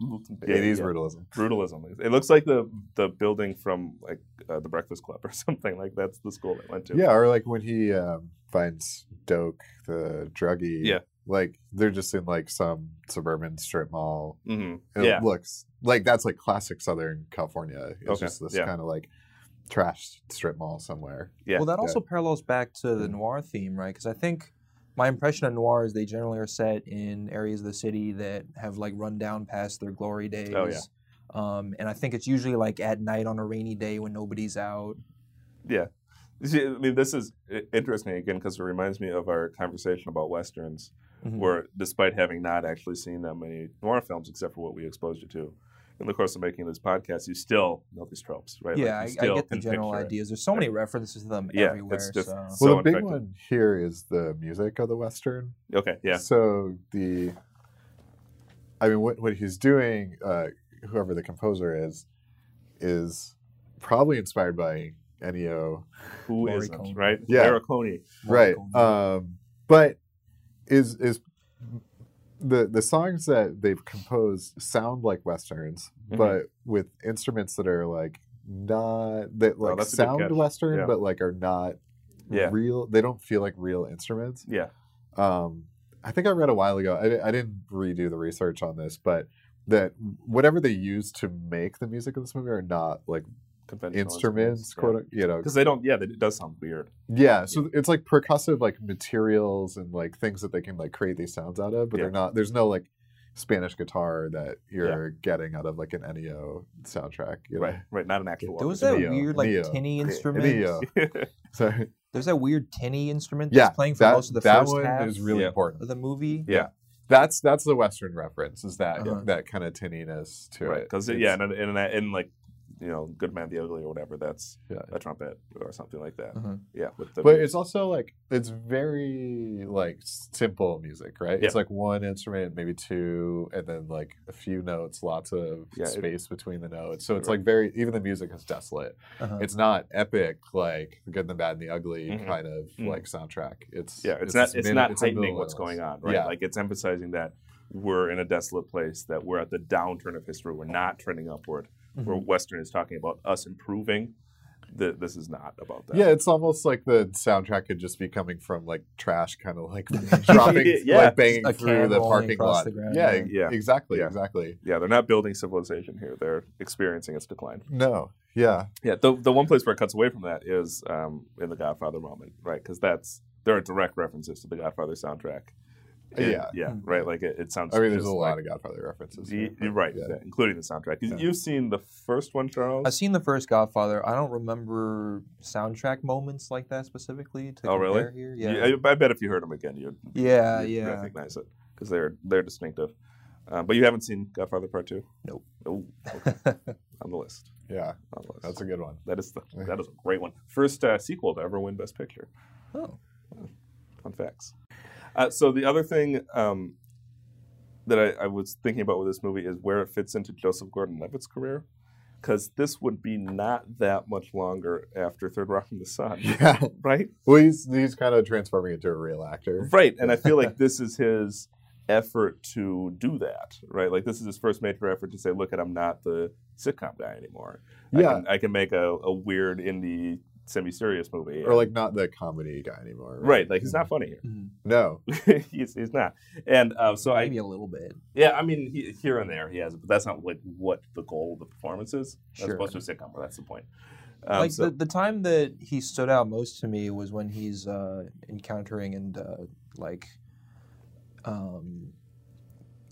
[SPEAKER 6] yeah,
[SPEAKER 1] 80s
[SPEAKER 6] yeah.
[SPEAKER 1] brutalism.
[SPEAKER 6] brutalism. It looks like the the building from like uh, the Breakfast Club or something. Like that's the school they went to.
[SPEAKER 1] Yeah, or like when he um, finds Doke, the druggie.
[SPEAKER 6] Yeah.
[SPEAKER 1] Like they're just in like some suburban strip mall.
[SPEAKER 6] Mm-hmm.
[SPEAKER 1] It
[SPEAKER 6] Yeah.
[SPEAKER 1] looks like that's like classic Southern California. It's
[SPEAKER 6] Okay,
[SPEAKER 1] just this
[SPEAKER 6] yeah.
[SPEAKER 1] kind of like trash strip mall somewhere.
[SPEAKER 6] Yeah. Mm-hmm.
[SPEAKER 5] Well, that also parallels back to the noir theme, right? Because I think my impression of noir is they generally are set in areas of the city that have like run down past their glory days.
[SPEAKER 6] Oh, yeah.
[SPEAKER 5] Um, and I think it's usually like at night on a rainy day when nobody's out.
[SPEAKER 6] Yeah. You see, I mean, this is i- interesting again because it reminds me of our conversation about westerns,
[SPEAKER 5] Mhm.
[SPEAKER 6] where despite having not actually seen that many noir films except for what we exposed you to, in the course of making this podcast, you still know these tropes, right? Like,
[SPEAKER 5] yeah,
[SPEAKER 6] you
[SPEAKER 5] I, I
[SPEAKER 6] still
[SPEAKER 5] get the
[SPEAKER 6] can
[SPEAKER 5] general
[SPEAKER 6] picture it.
[SPEAKER 5] ideas. There's so many references to them
[SPEAKER 6] Yeah,
[SPEAKER 5] everywhere.
[SPEAKER 6] it's just-
[SPEAKER 5] so.
[SPEAKER 6] so
[SPEAKER 1] Well, the big
[SPEAKER 6] infected.
[SPEAKER 1] one here is the music of the Western.
[SPEAKER 6] Okay. Yeah.
[SPEAKER 1] So the, I mean, what what he's doing, uh, whoever the composer is, is probably inspired by Ennio,
[SPEAKER 6] Who
[SPEAKER 5] Morricone.
[SPEAKER 6] isn't right?
[SPEAKER 1] Yeah.
[SPEAKER 6] Morricone.
[SPEAKER 1] right?
[SPEAKER 5] Morricone.
[SPEAKER 1] Um, but is is the the songs that they've composed sound like westerns,
[SPEAKER 6] Mhm.
[SPEAKER 1] but with instruments that are like not that like
[SPEAKER 6] Oh, that's a good
[SPEAKER 1] sound
[SPEAKER 6] catch.
[SPEAKER 1] western,
[SPEAKER 6] Yeah.
[SPEAKER 1] but like are not
[SPEAKER 6] Mm-hmm. Yeah.
[SPEAKER 1] real. They don't feel like real instruments.
[SPEAKER 6] Yeah.
[SPEAKER 1] um, I think I read a while ago. I, di- I didn't redo the research on this, but that whatever they use to make the music of this movie are not like
[SPEAKER 6] Conventional
[SPEAKER 1] instruments, quote you know.
[SPEAKER 6] Because they don't. Yeah, it does sound weird.
[SPEAKER 1] Yeah, so it's like percussive like materials and like things that they can like create these sounds out of, but they're
[SPEAKER 6] Yeah.
[SPEAKER 1] not. There's no like Spanish guitar that you're getting out of like an Ennio soundtrack, you know?
[SPEAKER 6] Right. Right. Not an actual.
[SPEAKER 5] There was that
[SPEAKER 6] orchestra.
[SPEAKER 1] Neo,
[SPEAKER 5] weird like
[SPEAKER 1] Neo,
[SPEAKER 5] tinny instrument.
[SPEAKER 1] Ennio. Sorry.
[SPEAKER 5] There's that weird tinny instrument that's
[SPEAKER 1] Yeah,
[SPEAKER 5] playing for
[SPEAKER 1] that,
[SPEAKER 5] most of the
[SPEAKER 1] that
[SPEAKER 5] first
[SPEAKER 1] one
[SPEAKER 5] half
[SPEAKER 1] is really
[SPEAKER 6] Yeah.
[SPEAKER 1] important.
[SPEAKER 5] of the movie.
[SPEAKER 6] Yeah.
[SPEAKER 1] That's that's the Western reference. Is that
[SPEAKER 5] Uh-huh.
[SPEAKER 1] that kind of tinniness to
[SPEAKER 6] right
[SPEAKER 1] it?
[SPEAKER 6] because
[SPEAKER 1] It's-
[SPEAKER 6] yeah and, and, and, and like you know good man the ugly or whatever that's
[SPEAKER 1] Yeah.
[SPEAKER 6] a trumpet or something like that
[SPEAKER 5] Uh-huh.
[SPEAKER 6] yeah with the
[SPEAKER 1] but it's also like it's very like simple music right it's
[SPEAKER 6] Yeah.
[SPEAKER 1] like one instrument maybe two and then like a few notes lots of
[SPEAKER 6] Yeah, it-
[SPEAKER 1] space between the notes so it's
[SPEAKER 6] Right.
[SPEAKER 1] like very even the music is desolate
[SPEAKER 5] Uh-huh.
[SPEAKER 1] it's not epic like the good and the bad and the ugly
[SPEAKER 6] Mhm.
[SPEAKER 1] kind of
[SPEAKER 6] Mhm.
[SPEAKER 1] like soundtrack it's
[SPEAKER 6] yeah it's,
[SPEAKER 1] this
[SPEAKER 6] not it's
[SPEAKER 1] min-
[SPEAKER 6] not
[SPEAKER 1] it's a
[SPEAKER 6] heightening
[SPEAKER 1] minimal
[SPEAKER 6] what's
[SPEAKER 1] illness.
[SPEAKER 6] going on right
[SPEAKER 1] yeah
[SPEAKER 6] like it's emphasizing that we're in a desolate place that we're at the downturn of history we're not trending upward where
[SPEAKER 1] Mm-hmm.
[SPEAKER 6] western is talking about us improving Th- this is not about that
[SPEAKER 1] yeah, it's almost like the soundtrack could just be coming from like trash, kind of like dropping,
[SPEAKER 6] Yeah.
[SPEAKER 1] like banging
[SPEAKER 5] A
[SPEAKER 1] through
[SPEAKER 5] can
[SPEAKER 1] the
[SPEAKER 5] rolling
[SPEAKER 1] parking
[SPEAKER 5] across
[SPEAKER 1] lot.
[SPEAKER 5] the ground,
[SPEAKER 1] yeah, e,
[SPEAKER 5] yeah.
[SPEAKER 6] Yeah.
[SPEAKER 1] exactly,
[SPEAKER 6] Yeah.
[SPEAKER 1] exactly.
[SPEAKER 6] yeah they're not building civilization here they're experiencing its decline
[SPEAKER 1] No, yeah,
[SPEAKER 6] Yeah, the the one place where it cuts away from that is um, in the Godfather moment, right? Because that's there are direct references to the Godfather soundtrack. And-
[SPEAKER 1] Yeah.
[SPEAKER 6] yeah,
[SPEAKER 5] Hmm.
[SPEAKER 6] right. Like it, it sounds.
[SPEAKER 1] I mean, there's a
[SPEAKER 6] just
[SPEAKER 1] lot
[SPEAKER 6] like-
[SPEAKER 1] of Godfather references.
[SPEAKER 6] Y-
[SPEAKER 1] here,
[SPEAKER 6] you're
[SPEAKER 1] but
[SPEAKER 6] right,
[SPEAKER 1] yeah.
[SPEAKER 6] yeah, including the soundtrack. You-
[SPEAKER 1] Yeah.
[SPEAKER 6] You've seen the first one, Charles.
[SPEAKER 5] I've seen the first Godfather. I don't remember soundtrack moments like that specifically. To
[SPEAKER 6] Oh, really?
[SPEAKER 5] compare Here.
[SPEAKER 6] You-
[SPEAKER 5] Yeah.
[SPEAKER 6] I, I bet if you heard them again, you'd
[SPEAKER 5] yeah,
[SPEAKER 6] you'd
[SPEAKER 5] yeah.
[SPEAKER 6] recognize it because they're they're distinctive. Um, but you haven't seen Godfather Part Two?
[SPEAKER 5] Nope.
[SPEAKER 6] Oh, okay. on the list.
[SPEAKER 1] Yeah,
[SPEAKER 6] On the list.
[SPEAKER 1] that's a good one.
[SPEAKER 6] that is the, that is a great one. First uh, sequel to ever win Best Picture.
[SPEAKER 5] Oh.
[SPEAKER 6] fun facts. Uh, so the other thing um, that I, I was thinking about with this movie is where it fits into Joseph Gordon-Levitt's career, because this would be not that much longer after Third Rock from the Sun,
[SPEAKER 1] Yeah,
[SPEAKER 6] right?
[SPEAKER 1] well, he's he's kind of transforming into a real actor.
[SPEAKER 6] Right, and I feel like this is his effort to do that, right? Like this is his first major effort to say, "Look, at I'm not the sitcom guy anymore. I
[SPEAKER 1] Yeah.
[SPEAKER 6] can, I can make a, a weird indie semi-serious movie."
[SPEAKER 1] Or like not the comedy guy anymore.
[SPEAKER 6] right, like he's not funny
[SPEAKER 5] Mhm.
[SPEAKER 1] No,
[SPEAKER 6] here. he's, he's not, and um, so I
[SPEAKER 5] Maybe a little bit.
[SPEAKER 6] Yeah, I mean, he, here and there he has, but that's not like what the goal of the performance is. As
[SPEAKER 5] Sure.
[SPEAKER 6] opposed to a sitcom, where that's the point. Um,
[SPEAKER 5] like
[SPEAKER 6] so-
[SPEAKER 5] the, the time that he stood out most to me was when he's uh, encountering and uh, like, um,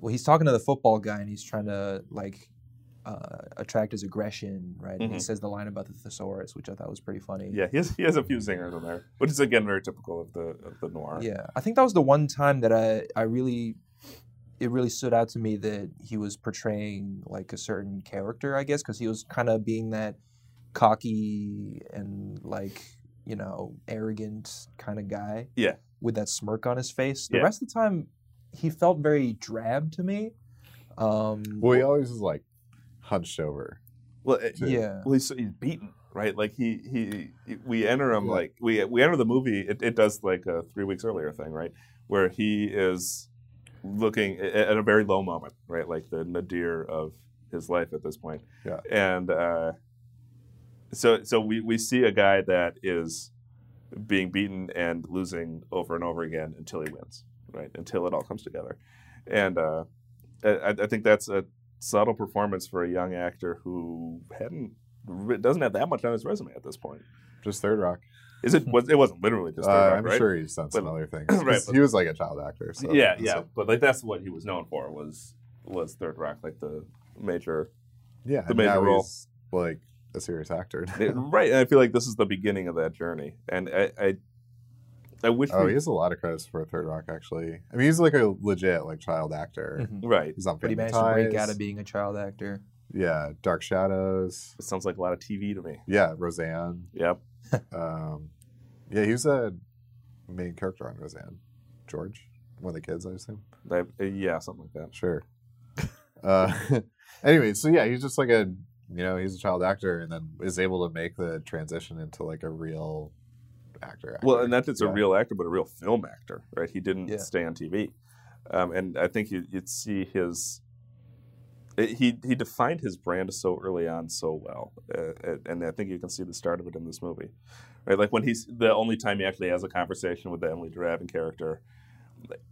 [SPEAKER 5] well, he's talking to the football guy and he's trying to like uh, attract his aggression, right? And he
[SPEAKER 6] Mhm.
[SPEAKER 5] says the line about the thesaurus, which I thought was pretty funny.
[SPEAKER 6] yeah, he has, he has a few zingers in there, which is again very typical of the of the noir.
[SPEAKER 5] Yeah, I think that was the one time that I I really it really stood out to me that he was portraying like a certain character, I guess, because he was kind of being that cocky and like you know arrogant kind of guy.
[SPEAKER 6] Yeah.
[SPEAKER 5] with that smirk on his face. The
[SPEAKER 6] Yeah.
[SPEAKER 5] rest of the time, he felt very drab to me. Um,
[SPEAKER 1] well, he always is like hunched over.
[SPEAKER 6] Well, eh, it-
[SPEAKER 5] yeah,
[SPEAKER 6] well, he's, he's beaten, right? Like he he we enter him like we we enter the movie. It, it does like a three weeks earlier thing, right? Where he is looking a- at a very low moment, right? Like the nadir of his life at this point.
[SPEAKER 1] Yeah.
[SPEAKER 6] And uh, so so we we see a guy that is being beaten and losing over and over again until he wins, right? Until it all comes together. And uh, I, I I think that's a subtle performance for a young actor who hadn't re- doesn't have that much on his resume at this point.
[SPEAKER 1] Just Third Rock.
[SPEAKER 6] Is it? Was, it wasn't literally just.
[SPEAKER 1] Uh,
[SPEAKER 6] Third Rock,
[SPEAKER 1] I'm
[SPEAKER 6] right?
[SPEAKER 1] sure he's done some
[SPEAKER 6] But-
[SPEAKER 1] other things.
[SPEAKER 6] Right,
[SPEAKER 1] 'Cause
[SPEAKER 6] but-
[SPEAKER 1] he was like a child actor. So
[SPEAKER 6] yeah,
[SPEAKER 1] so-
[SPEAKER 6] yeah, but like that's what he was known for was was Third Rock, like the major.
[SPEAKER 1] yeah.
[SPEAKER 6] The
[SPEAKER 1] and
[SPEAKER 6] major
[SPEAKER 1] now
[SPEAKER 6] role.
[SPEAKER 1] he's, like a serious actor.
[SPEAKER 6] right, and I feel like this is the beginning of that journey, and I, I, I wish.
[SPEAKER 1] oh,
[SPEAKER 6] we,
[SPEAKER 1] he has a lot of credits for Third Rock. Actually, I mean, he's like a legit like child actor.
[SPEAKER 5] Mhm.
[SPEAKER 6] Right,
[SPEAKER 1] He's on
[SPEAKER 5] But he
[SPEAKER 1] Family
[SPEAKER 5] managed to break
[SPEAKER 1] Ties.
[SPEAKER 5] out of being a child actor.
[SPEAKER 1] Yeah, Dark Shadows.
[SPEAKER 6] it sounds like a lot of TV to me.
[SPEAKER 1] Yeah, Roseanne.
[SPEAKER 6] Yep.
[SPEAKER 1] Um, yeah, he was a main character on Roseanne. George, one of the kids, I assume.
[SPEAKER 6] I, yeah, something like that.
[SPEAKER 1] Sure. Uh, anyway, so yeah, he's just like a you know he's a child actor, and then is able to make the transition into like a real actor.
[SPEAKER 6] Well,
[SPEAKER 1] actor.
[SPEAKER 6] and that's it's
[SPEAKER 1] Yeah.
[SPEAKER 6] a real actor, but a real film actor, right? He didn't
[SPEAKER 5] Yeah.
[SPEAKER 6] stay on TV, um, and I think you, you'd see his. it- He he defined his brand so early on so well, uh, and I think you can see the start of it in this movie, right? Like when he's the only time he actually has a conversation with the Emily Draven character,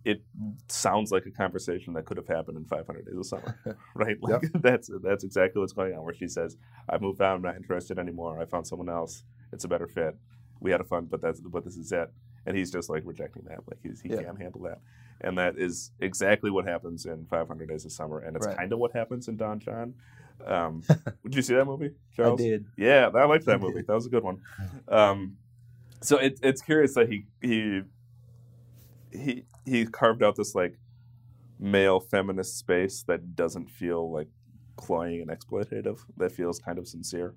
[SPEAKER 6] it sounds like a conversation that could have happened in 500 Days of Summer, right? Like that's that's exactly what's going on. Where she says, "I moved on. I'm not interested anymore. I found someone else. It's a better fit. We had a fun, but that's but this is it." And he's just like rejecting that. Like he's, he
[SPEAKER 5] Yeah.
[SPEAKER 6] can't handle that. And that is exactly what happens in 500 Days of Summer, and it's
[SPEAKER 5] Right.
[SPEAKER 6] kind of what happens in Don John. Um, would you see that movie,
[SPEAKER 5] I
[SPEAKER 6] Charles?
[SPEAKER 5] did.
[SPEAKER 6] Yeah, I liked
[SPEAKER 5] I
[SPEAKER 6] that
[SPEAKER 5] did.
[SPEAKER 6] movie. That was a good one. Um, so it, it's curious that he he he he carved out this like male feminist space that doesn't feel like cloying and exploitative. That feels kind of sincere,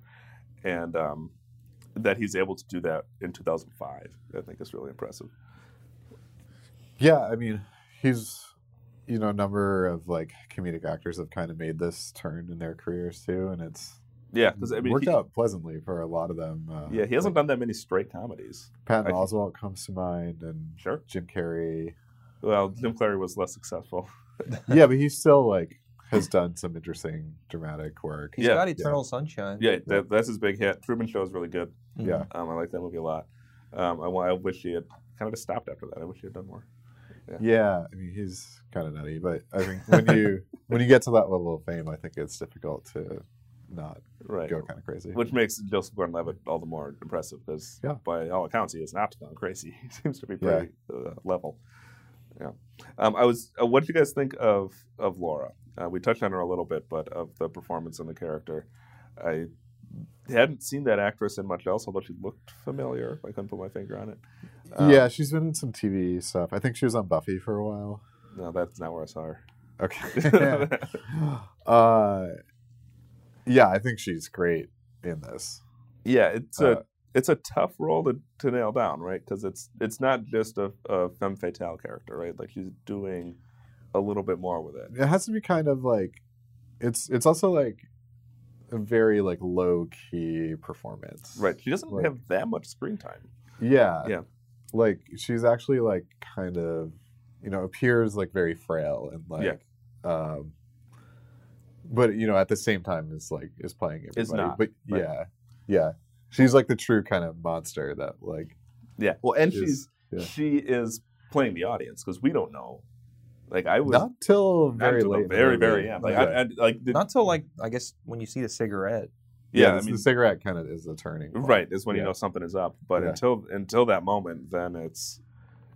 [SPEAKER 6] and um, that he's able to do that in 2005. I think is really impressive.
[SPEAKER 1] Yeah, I mean, he's you know, a number of like comedic actors have kind of made this turn in their careers too, and it's
[SPEAKER 6] Yeah, because I mean,
[SPEAKER 1] worked
[SPEAKER 6] he,
[SPEAKER 1] out pleasantly for a lot of them. Uh,
[SPEAKER 6] yeah, he hasn't
[SPEAKER 1] like
[SPEAKER 6] done that many straight comedies.
[SPEAKER 1] Patton
[SPEAKER 6] I-
[SPEAKER 1] Oswalt comes to mind, and
[SPEAKER 6] Sure.
[SPEAKER 1] Jim Carrey.
[SPEAKER 6] Well, Jim Clary was less successful.
[SPEAKER 1] yeah, but he still like has done some interesting dramatic work.
[SPEAKER 5] He's
[SPEAKER 6] Yeah.
[SPEAKER 5] got Eternal Sunshine.
[SPEAKER 6] Yeah, that, that's his big hit. Truman Show is really good.
[SPEAKER 5] Mhm.
[SPEAKER 1] Yeah.
[SPEAKER 6] Um, I like that movie a lot. Um, I, wa- I wish he had kind of just stopped after that. I wish he had done more.
[SPEAKER 1] Yeah, I mean he's kind of nutty, but I think when you when you get to that level of fame, I think it's difficult to not
[SPEAKER 6] Right.
[SPEAKER 1] go kind of crazy.
[SPEAKER 6] Which makes Joseph Gordon-Levitt all the more impressive because,
[SPEAKER 1] Yeah.
[SPEAKER 6] by all accounts, he has not gone crazy. He seems to be
[SPEAKER 1] Yeah.
[SPEAKER 6] pretty uh, level. Yeah. Um, I was. Uh, what did you guys think of of Laura? Uh, we touched on her a little bit, but of the performance and the character, I hadn't seen that actress in much else, although she looked familiar. I couldn't put my finger on it. Um,
[SPEAKER 1] yeah, she's been in some TV stuff. I think she was on Buffy for a while.
[SPEAKER 6] Um, No, that's not where I saw her.
[SPEAKER 1] Okay. uh, yeah, I think she's great in this.
[SPEAKER 6] yeah, it's a
[SPEAKER 1] Uh,
[SPEAKER 6] it's a tough role to, to nail down, right? Because it's it's not just a, a femme fatale character, right? Like she's doing a little bit more with it.
[SPEAKER 1] It has to be kind of like it's it's also like a very like low key performance.
[SPEAKER 6] Right. She doesn't
[SPEAKER 1] Right.
[SPEAKER 6] have that much screen time.
[SPEAKER 1] Yeah.
[SPEAKER 6] Yeah.
[SPEAKER 1] Like she's actually like kind of you know, appears like very frail and like um but you know, at the same time is like is playing everybody.
[SPEAKER 6] not,
[SPEAKER 1] but
[SPEAKER 6] right.
[SPEAKER 1] yeah. Yeah. She's like the true kind of monster that like
[SPEAKER 6] Yeah. Well, and
[SPEAKER 1] Is-
[SPEAKER 6] she's
[SPEAKER 1] yeah.
[SPEAKER 6] she is playing the audience because we don't know. Like I was
[SPEAKER 1] not till
[SPEAKER 6] not
[SPEAKER 1] very
[SPEAKER 6] till the
[SPEAKER 1] late. in the
[SPEAKER 6] very
[SPEAKER 1] movie.
[SPEAKER 6] very end. Like
[SPEAKER 1] Yeah.
[SPEAKER 6] I, I like the,
[SPEAKER 5] Not till like I guess when you see the cigarette.
[SPEAKER 6] yeah. I
[SPEAKER 1] this-
[SPEAKER 6] mean,
[SPEAKER 1] the cigarette kind of is the turning. point.
[SPEAKER 6] right is when you
[SPEAKER 1] Yeah.
[SPEAKER 6] know something is up. But
[SPEAKER 1] Yeah.
[SPEAKER 6] until until that moment, then it's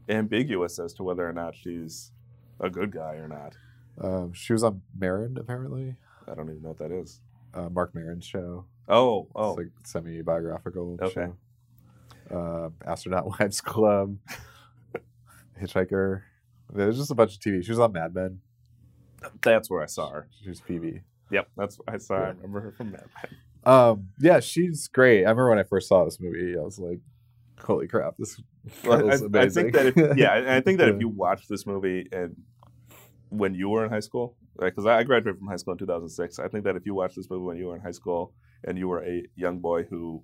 [SPEAKER 6] ambiguous as to whether or not she's a good guy or not.
[SPEAKER 1] Um, she was on Marin apparently,
[SPEAKER 6] I don't even know what that is.
[SPEAKER 1] uh, Mark Marin's show.
[SPEAKER 6] Oh, oh,
[SPEAKER 1] it's like semi biographical
[SPEAKER 6] Okay.
[SPEAKER 1] show. Uh, Astronaut Wives Club, Hitchhiker. There's just a bunch of TV. She was on Mad Men.
[SPEAKER 6] that's where I saw her.
[SPEAKER 1] She was Phoebe.
[SPEAKER 6] Yep, that's where I saw. her. I
[SPEAKER 1] Yeah.
[SPEAKER 6] remember her from Mad Men.
[SPEAKER 1] Um, yeah, she's great. I remember when I first saw this movie, I was like, "Holy crap, this
[SPEAKER 6] Well,
[SPEAKER 1] girl's
[SPEAKER 6] I, I
[SPEAKER 1] amazing."
[SPEAKER 6] think that if, yeah, I, I think that if
[SPEAKER 1] Yeah.
[SPEAKER 6] you watch this movie and when you were in high school, because I graduated from high school in 2006, I think that if you watch this movie when you were in high school and you were a young boy who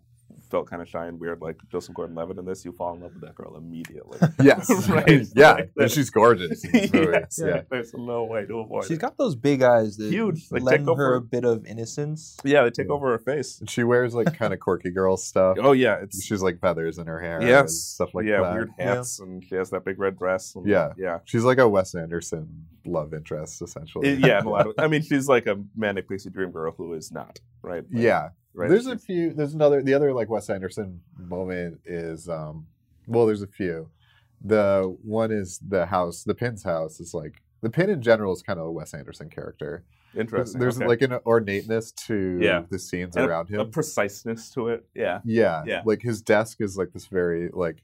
[SPEAKER 6] felt kind of shy and weird, like Joseph Gordon-Levitt in this, you fall in love with that girl immediately.
[SPEAKER 1] Yes.
[SPEAKER 6] Right.
[SPEAKER 1] Yeah. and she's gorgeous. In this movie.
[SPEAKER 6] Yes,
[SPEAKER 1] Yeah.
[SPEAKER 6] There's no way to avoid
[SPEAKER 5] She's
[SPEAKER 6] it.
[SPEAKER 5] got those big eyes that
[SPEAKER 6] Huge, like,
[SPEAKER 5] lend
[SPEAKER 6] take
[SPEAKER 5] her
[SPEAKER 6] over-
[SPEAKER 5] a bit of innocence.
[SPEAKER 6] yeah, they take over her face.
[SPEAKER 1] And she wears like kind of quirky girl stuff.
[SPEAKER 6] Oh yeah, it's
[SPEAKER 1] She's like feathers in her hair. and
[SPEAKER 6] yes,
[SPEAKER 1] Stuff like
[SPEAKER 6] yeah,
[SPEAKER 1] that.
[SPEAKER 6] weird
[SPEAKER 5] Yeah.
[SPEAKER 6] hats, and she has that big red dress. and-
[SPEAKER 1] Yeah.
[SPEAKER 6] yeah.
[SPEAKER 1] She's like a Wes Anderson love interest, essentially.
[SPEAKER 6] It- yeah, in a lot of. I mean, she's like a manic pixie dream girl who is not right. Like,
[SPEAKER 1] yeah.
[SPEAKER 6] right.
[SPEAKER 1] There's a few. There's another. The other like Wes Anderson moment is, um, well, there's a few. The one is the house. The pin's house is like the pin in general is kind of a Wes Anderson character. There's,
[SPEAKER 6] interesting.
[SPEAKER 1] there's,
[SPEAKER 6] okay.
[SPEAKER 1] like an ornateness to
[SPEAKER 6] Yeah.
[SPEAKER 1] the scenes
[SPEAKER 6] And
[SPEAKER 1] around
[SPEAKER 6] a
[SPEAKER 1] him.
[SPEAKER 6] preciseness to it. Yeah,
[SPEAKER 1] yeah,
[SPEAKER 6] Yeah.
[SPEAKER 1] Like his desk is like this very like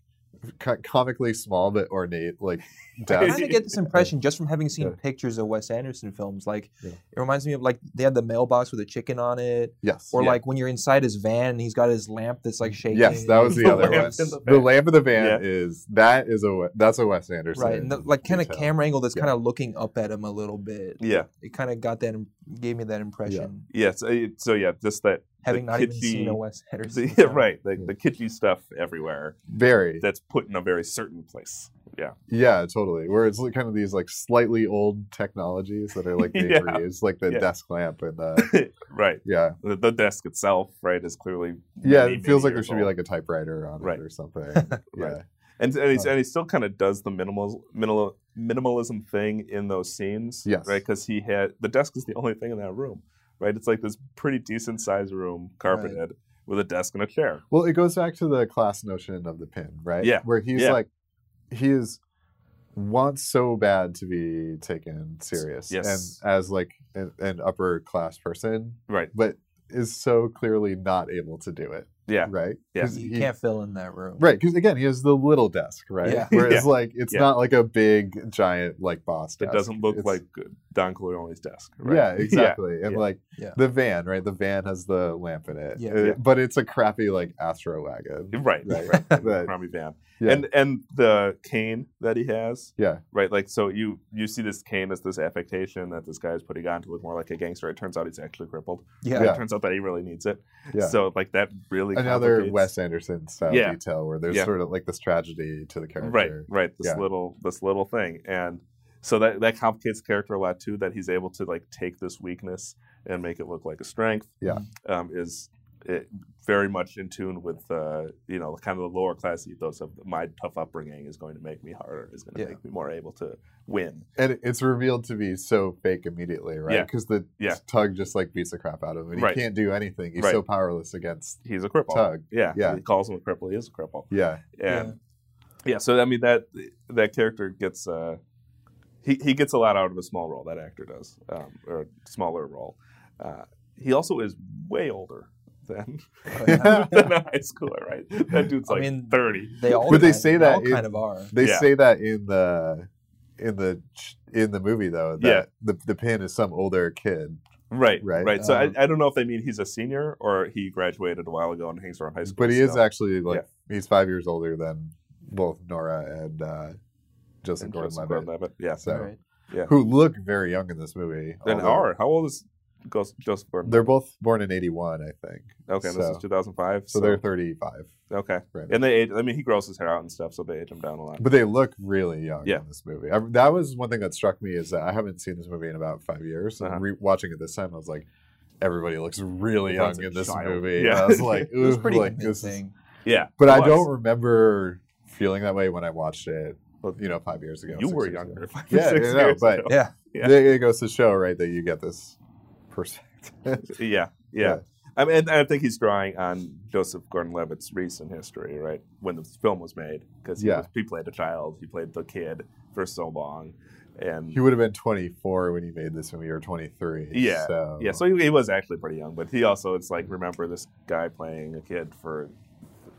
[SPEAKER 1] co- comically small but ornate like
[SPEAKER 5] I
[SPEAKER 1] desk.
[SPEAKER 5] kind of get this impression just from having seen
[SPEAKER 1] Yeah.
[SPEAKER 5] pictures of Wes Anderson films. Like
[SPEAKER 1] Yeah.
[SPEAKER 5] it reminds me of like they had the mailbox with a chicken on it,
[SPEAKER 1] yes.
[SPEAKER 5] or
[SPEAKER 6] Yeah.
[SPEAKER 5] like when you're inside his van and he's got his lamp that's like shaking.
[SPEAKER 1] Yes, that was the
[SPEAKER 6] The
[SPEAKER 1] other
[SPEAKER 6] lamp
[SPEAKER 1] one.
[SPEAKER 6] in the
[SPEAKER 1] The,
[SPEAKER 6] van.
[SPEAKER 1] lamp in the van
[SPEAKER 6] Yeah.
[SPEAKER 1] is that is a We- that's a Wes Anderson.
[SPEAKER 5] right, and the, like kind of
[SPEAKER 1] detail.
[SPEAKER 5] camera angle that's
[SPEAKER 1] Yeah.
[SPEAKER 5] kind of looking up at him a little bit.
[SPEAKER 6] yeah,
[SPEAKER 5] It kind of got that, im- gave me that impression,
[SPEAKER 6] yeah. So, it- so yeah, just that.
[SPEAKER 5] having
[SPEAKER 6] the
[SPEAKER 5] not even
[SPEAKER 6] kitschy-
[SPEAKER 5] seen a Wes Anderson.
[SPEAKER 6] yeah,
[SPEAKER 5] film.
[SPEAKER 6] right. Like the kitschy stuff everywhere
[SPEAKER 1] Very.
[SPEAKER 6] that's put in a very certain place. Yeah,
[SPEAKER 1] Yeah, totally. Where it's like kind of these like slightly old technologies that are like being
[SPEAKER 6] Yeah.
[SPEAKER 1] reused, like the
[SPEAKER 6] Yeah.
[SPEAKER 1] desk lamp and the
[SPEAKER 6] right.
[SPEAKER 1] yeah,
[SPEAKER 6] The, the desk itself, right, is clearly
[SPEAKER 1] yeah.
[SPEAKER 6] many,
[SPEAKER 1] it feels like
[SPEAKER 6] many
[SPEAKER 1] there
[SPEAKER 6] years
[SPEAKER 1] should be
[SPEAKER 6] old.
[SPEAKER 1] like a typewriter on
[SPEAKER 6] Right.
[SPEAKER 1] it or something. Yeah,
[SPEAKER 6] Right. and and, he's,
[SPEAKER 1] Uh,
[SPEAKER 6] and he still kind of does the minimal, minimal minimalism thing in those scenes,
[SPEAKER 1] Yes.
[SPEAKER 6] right? Because he had the desk is the only thing in that room, right? It's like this pretty decent sized room, carpeted with a desk and a chair.
[SPEAKER 1] Well, it goes back to the class notion of the pin, right?
[SPEAKER 6] Yeah.
[SPEAKER 1] Where he's
[SPEAKER 6] Yeah.
[SPEAKER 1] like, he is wants so bad to be taken serious,
[SPEAKER 6] Yes.
[SPEAKER 1] and as like an, an upper class person,
[SPEAKER 6] Right.
[SPEAKER 1] but is so clearly not able to do it,
[SPEAKER 6] Yeah.
[SPEAKER 1] right?
[SPEAKER 6] Yeah.
[SPEAKER 1] 'Cause
[SPEAKER 5] You
[SPEAKER 1] he-
[SPEAKER 5] can't fill in that room.
[SPEAKER 1] Right, because again, he has the little desk, right?
[SPEAKER 5] Yeah.
[SPEAKER 1] Whereas
[SPEAKER 6] Yeah.
[SPEAKER 1] like it's
[SPEAKER 6] Yeah.
[SPEAKER 1] not like a big giant like boss
[SPEAKER 6] It
[SPEAKER 1] desk.
[SPEAKER 6] doesn't look
[SPEAKER 1] It's-
[SPEAKER 6] like Don Corleone's desk. Right?
[SPEAKER 1] Yeah, exactly. And
[SPEAKER 6] yeah.
[SPEAKER 1] like
[SPEAKER 5] Yeah.
[SPEAKER 1] the van, right? The van has the lamp in it.
[SPEAKER 5] Yeah.
[SPEAKER 1] Uh,
[SPEAKER 6] Yeah.
[SPEAKER 1] But it's a crappy like Astro wagon.
[SPEAKER 6] Right,
[SPEAKER 1] Right.
[SPEAKER 6] right,
[SPEAKER 1] Right.
[SPEAKER 6] Rami Van,
[SPEAKER 1] Yeah.
[SPEAKER 6] and and the cane that he has,
[SPEAKER 1] yeah.
[SPEAKER 6] right? Like, so you you see this cane as this affectation that this guy is putting on to look more like a gangster. It turns out he's actually crippled.
[SPEAKER 5] Yeah.
[SPEAKER 1] Yeah.
[SPEAKER 6] It turns out that he really needs it.
[SPEAKER 1] Yeah.
[SPEAKER 6] So like that really
[SPEAKER 1] Another
[SPEAKER 6] complicates-
[SPEAKER 1] Wes Anderson style
[SPEAKER 6] Yeah.
[SPEAKER 1] detail where there's
[SPEAKER 6] Yeah.
[SPEAKER 1] sort of like this tragedy to the character.
[SPEAKER 6] right right this
[SPEAKER 1] Yeah.
[SPEAKER 6] little this little thing and so that that complicates the character a lot too that he's able to like take this weakness and make it look like a strength
[SPEAKER 1] Yeah.
[SPEAKER 6] um, is it, very much in tune with uh, you know kind of the lower class ethos of my tough upbringing is going to make me harder is going to
[SPEAKER 5] Yeah.
[SPEAKER 6] make me more able to win
[SPEAKER 1] And it- it's revealed to be so fake immediately, right?
[SPEAKER 6] Yeah.
[SPEAKER 1] Because the
[SPEAKER 6] Yeah.
[SPEAKER 1] tug just like beats the crap out of him and
[SPEAKER 6] Right.
[SPEAKER 1] he can't do anything. He's
[SPEAKER 6] Right.
[SPEAKER 1] so powerless against
[SPEAKER 6] he's a cripple
[SPEAKER 1] Tug.
[SPEAKER 6] yeah
[SPEAKER 1] Yeah.
[SPEAKER 6] he calls him a cripple he is a cripple
[SPEAKER 1] Yeah.
[SPEAKER 6] and yeah. so i mean that that character gets uh he, he gets a lot out of a small role that actor does um, or a smaller role uh, he also is way older than, than a high schooler right that dude's
[SPEAKER 5] Oh, I
[SPEAKER 6] like
[SPEAKER 5] mean,
[SPEAKER 6] 30
[SPEAKER 5] They all.
[SPEAKER 1] But they
[SPEAKER 5] kind-
[SPEAKER 1] say
[SPEAKER 5] all
[SPEAKER 1] that it-
[SPEAKER 5] kind of are.
[SPEAKER 1] They
[SPEAKER 6] Yeah.
[SPEAKER 1] say that in the in the ch- in the movie though that
[SPEAKER 6] Yeah.
[SPEAKER 1] the the pin is some older kid,
[SPEAKER 6] right
[SPEAKER 1] right,
[SPEAKER 6] right, so
[SPEAKER 5] um,
[SPEAKER 6] I, I don't know if they mean he's a senior or he graduated a while ago and hangs around high school
[SPEAKER 1] but he is
[SPEAKER 6] still.
[SPEAKER 1] actually like he's five years older than both Nora and uh, Joseph
[SPEAKER 6] And
[SPEAKER 1] Gordon-Levitt,
[SPEAKER 6] Joseph Gordon-Levitt yeah
[SPEAKER 1] so
[SPEAKER 5] Right.
[SPEAKER 1] who look very young in this movie.
[SPEAKER 6] and
[SPEAKER 1] although-
[SPEAKER 6] R how old is Gos- Joseph Gordon
[SPEAKER 1] They're both born in '81, I think,
[SPEAKER 6] okay this
[SPEAKER 1] so-
[SPEAKER 6] is 2005
[SPEAKER 1] so they're 35,
[SPEAKER 6] okay
[SPEAKER 1] right?
[SPEAKER 6] and they age I mean he grows his hair out and stuff so they age him down a lot
[SPEAKER 1] but they look really young
[SPEAKER 6] Yeah.
[SPEAKER 1] in this movie. I, that was one thing that struck me is that I haven't seen this movie in about five years. And
[SPEAKER 6] Uh-huh.
[SPEAKER 1] re watching it this time, I was like, everybody looks really
[SPEAKER 6] Everyone's
[SPEAKER 1] young
[SPEAKER 6] a
[SPEAKER 1] in this
[SPEAKER 6] child.
[SPEAKER 1] movie.
[SPEAKER 6] Yeah.
[SPEAKER 1] And I was like,
[SPEAKER 5] It was
[SPEAKER 1] "Ooh,
[SPEAKER 5] pretty
[SPEAKER 1] like, this is-
[SPEAKER 5] convincing.
[SPEAKER 6] Yeah,
[SPEAKER 1] But
[SPEAKER 6] it
[SPEAKER 1] I
[SPEAKER 6] was.
[SPEAKER 1] don't remember feeling that way when I watched it, you know, five years ago.
[SPEAKER 6] You
[SPEAKER 1] six
[SPEAKER 6] were
[SPEAKER 1] years
[SPEAKER 6] younger,
[SPEAKER 1] ago.
[SPEAKER 6] five
[SPEAKER 1] Yeah,
[SPEAKER 6] or six
[SPEAKER 1] I know,
[SPEAKER 6] years
[SPEAKER 1] but-
[SPEAKER 6] ago.
[SPEAKER 5] Yeah.
[SPEAKER 6] Yeah.
[SPEAKER 1] It it goes to show, right, that you get this perspective.
[SPEAKER 6] Yeah, yeah.
[SPEAKER 1] Yeah.
[SPEAKER 6] I mean, and I think he's drawing on Joseph Gordon-Levitt's recent history, right? When this film was made, because he,
[SPEAKER 1] Yeah.
[SPEAKER 6] was- he played a child, he played the kid for so long, and
[SPEAKER 1] he would have been 24 when he made this movie, or 23.
[SPEAKER 6] Yeah,
[SPEAKER 1] So,
[SPEAKER 6] yeah, so he, he was actually pretty young, but he also it's like remember this guy playing a kid for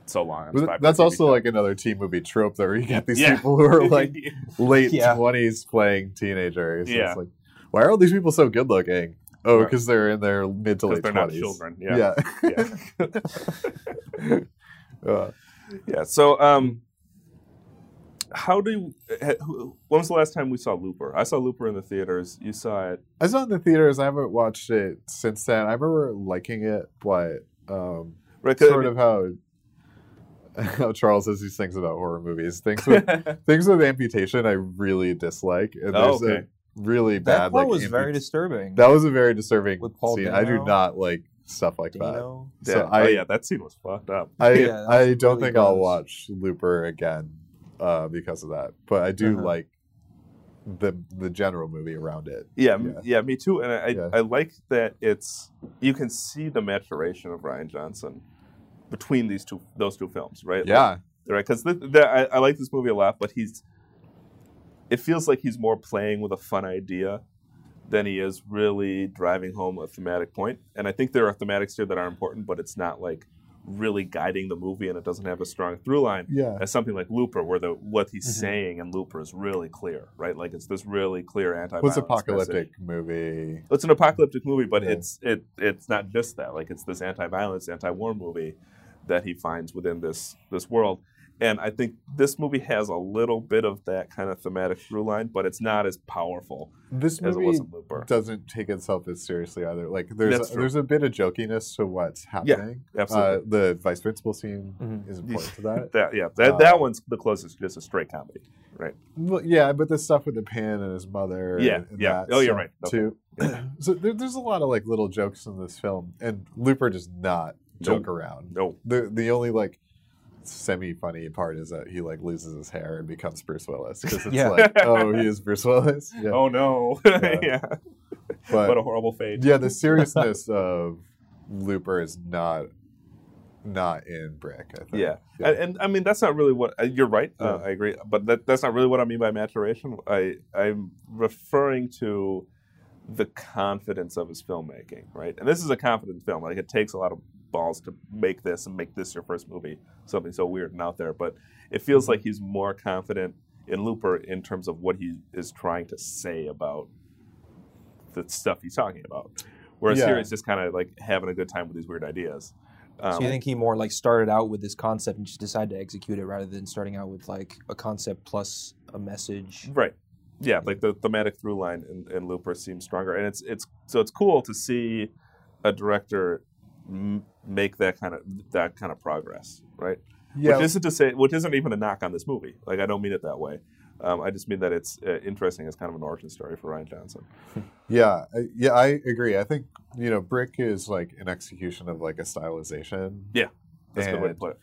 [SPEAKER 6] so long. on this
[SPEAKER 1] But
[SPEAKER 6] popular
[SPEAKER 1] that's
[SPEAKER 6] TV
[SPEAKER 1] also
[SPEAKER 6] show.
[SPEAKER 1] like another teen movie trope, though, where you get these
[SPEAKER 6] Yeah.
[SPEAKER 1] people who are like late
[SPEAKER 5] Yeah.
[SPEAKER 1] 20s playing teenagers. So
[SPEAKER 6] Yeah.
[SPEAKER 1] It's like, why are all these people so good looking? Oh,
[SPEAKER 6] Right.
[SPEAKER 1] because they're in their mid to
[SPEAKER 6] 'Cause
[SPEAKER 1] late
[SPEAKER 6] they're
[SPEAKER 1] 20s.
[SPEAKER 6] not children, yeah.
[SPEAKER 1] Yeah. Uh,
[SPEAKER 6] yeah. So, um, how do? eh, who- When was the last time we saw Looper? I saw Looper in the theaters. You saw it.
[SPEAKER 1] I saw it in the theaters. I haven't watched it since then. I remember liking it, but um,
[SPEAKER 6] Right, 'cause I
[SPEAKER 1] sort
[SPEAKER 6] mean-
[SPEAKER 1] of how how Charles says these things about horror movies. Things with things with amputation, I really dislike. And
[SPEAKER 6] Oh,
[SPEAKER 1] there's a
[SPEAKER 6] okay.
[SPEAKER 1] really
[SPEAKER 5] That
[SPEAKER 1] bad.
[SPEAKER 5] part
[SPEAKER 1] like,
[SPEAKER 5] was
[SPEAKER 1] ampu-
[SPEAKER 5] very disturbing.
[SPEAKER 1] That was a very disturbing
[SPEAKER 5] With Paul
[SPEAKER 1] scene. I do
[SPEAKER 5] Dano.
[SPEAKER 1] not like stuff like that.
[SPEAKER 5] Dino.
[SPEAKER 1] So
[SPEAKER 6] Yeah.
[SPEAKER 1] I,
[SPEAKER 6] oh yeah, that scene was fucked up.
[SPEAKER 1] I,
[SPEAKER 5] Yeah, that's
[SPEAKER 1] I don't
[SPEAKER 5] really
[SPEAKER 1] think I'll
[SPEAKER 5] gross.
[SPEAKER 1] watch Looper again uh, because of that. But I do
[SPEAKER 5] Uh-huh.
[SPEAKER 1] like the the general movie around it.
[SPEAKER 6] Yeah, m-
[SPEAKER 1] Yeah.
[SPEAKER 6] yeah, me too. And I, I-
[SPEAKER 1] Yeah.
[SPEAKER 6] I like that it's you can see the maturation of Ryan Johnson between these two those two films, right? Like,
[SPEAKER 1] Yeah,
[SPEAKER 6] right. Because th- th- I, I like this movie a lot, but he's it feels like he's more playing with a fun idea than he is really driving home a thematic point. And I think there are thematics here that are important, but it's not like really guiding the movie, and it doesn't have a strong through line
[SPEAKER 1] yeah,
[SPEAKER 6] as something like Looper, where the what he's
[SPEAKER 5] Mhm.
[SPEAKER 1] Mm-hmm.
[SPEAKER 6] saying in Looper is really clear, right? Like it's this really clear anti.
[SPEAKER 1] was apocalyptic movie.
[SPEAKER 6] It's an apocalyptic movie, but
[SPEAKER 1] Yeah.
[SPEAKER 6] it's it it's not just that. Like it's this anti-violence, anti-war movie that he finds within this this world. And I think this movie has a little bit of that kind of thematic through line, but it's not as powerful
[SPEAKER 1] This
[SPEAKER 6] as it
[SPEAKER 1] movie
[SPEAKER 6] was in Looper.
[SPEAKER 1] doesn't take itself as seriously either. Like there's
[SPEAKER 6] That's
[SPEAKER 1] a,
[SPEAKER 6] true.
[SPEAKER 1] there's a bit of jokiness to what's happening.
[SPEAKER 6] Absolutely.
[SPEAKER 1] Uh, the vice principal scene
[SPEAKER 5] Mhm.
[SPEAKER 1] is important to that.
[SPEAKER 6] that yeah, that,
[SPEAKER 1] Uh,
[SPEAKER 6] that one's the closest just a straight comedy.
[SPEAKER 1] Well, yeah, but the stuff with the pan and his mother.
[SPEAKER 6] Yeah,
[SPEAKER 1] and, and
[SPEAKER 6] yeah.
[SPEAKER 1] that
[SPEAKER 6] Oh,
[SPEAKER 1] stuff,
[SPEAKER 6] you're right. Okay.
[SPEAKER 1] Too. so there, there's a lot of like little jokes in this film, and Looper does not
[SPEAKER 6] Nope.
[SPEAKER 1] joke around.
[SPEAKER 6] No.
[SPEAKER 1] The the only like semi funny part is that he like loses his hair and becomes Bruce Willis because it's
[SPEAKER 5] Yeah.
[SPEAKER 1] like, oh, he is Bruce Willis. Yeah,
[SPEAKER 6] Oh no.
[SPEAKER 1] Yeah.
[SPEAKER 6] yeah.
[SPEAKER 1] but
[SPEAKER 6] What a horrible fate.
[SPEAKER 1] yeah, the seriousness of Looper is not not in Brick. I think.
[SPEAKER 6] Yeah. And, and I mean that's not really what uh, you're right. Uh,
[SPEAKER 1] Yeah.
[SPEAKER 6] I agree, but that, that's not really what I mean by maturation. I I'm referring to the confidence of his filmmaking, right? And this is a confident film. Like it takes a lot of balls to make this and make this your first movie, something so weird and out there. But it feels like he's more confident in Looper in terms of what he is trying to say about the stuff he's talking about. Whereas
[SPEAKER 1] Yeah.
[SPEAKER 6] here, it's just kind of like having a good time with these weird ideas. Um,
[SPEAKER 5] so you think he more like started out with this concept and just decided to execute it rather than starting out with like a concept plus a message?
[SPEAKER 6] Right. Yeah, like the thematic through line in, in Looper seems stronger, and it's it's so it's cool to see a director m- make that kind of that kind of progress, right?
[SPEAKER 1] yeah,
[SPEAKER 6] Which isn't to say, which isn't even a knock on this movie. Like I don't mean it that way. Um, I just mean that it's uh, interesting as kind of an origin story for Ryan Johnson.
[SPEAKER 1] Yeah, I- yeah, I agree. I think you know, Brick is like an execution of like a stylization.
[SPEAKER 6] Yeah, That's a good way to
[SPEAKER 1] And
[SPEAKER 6] put it.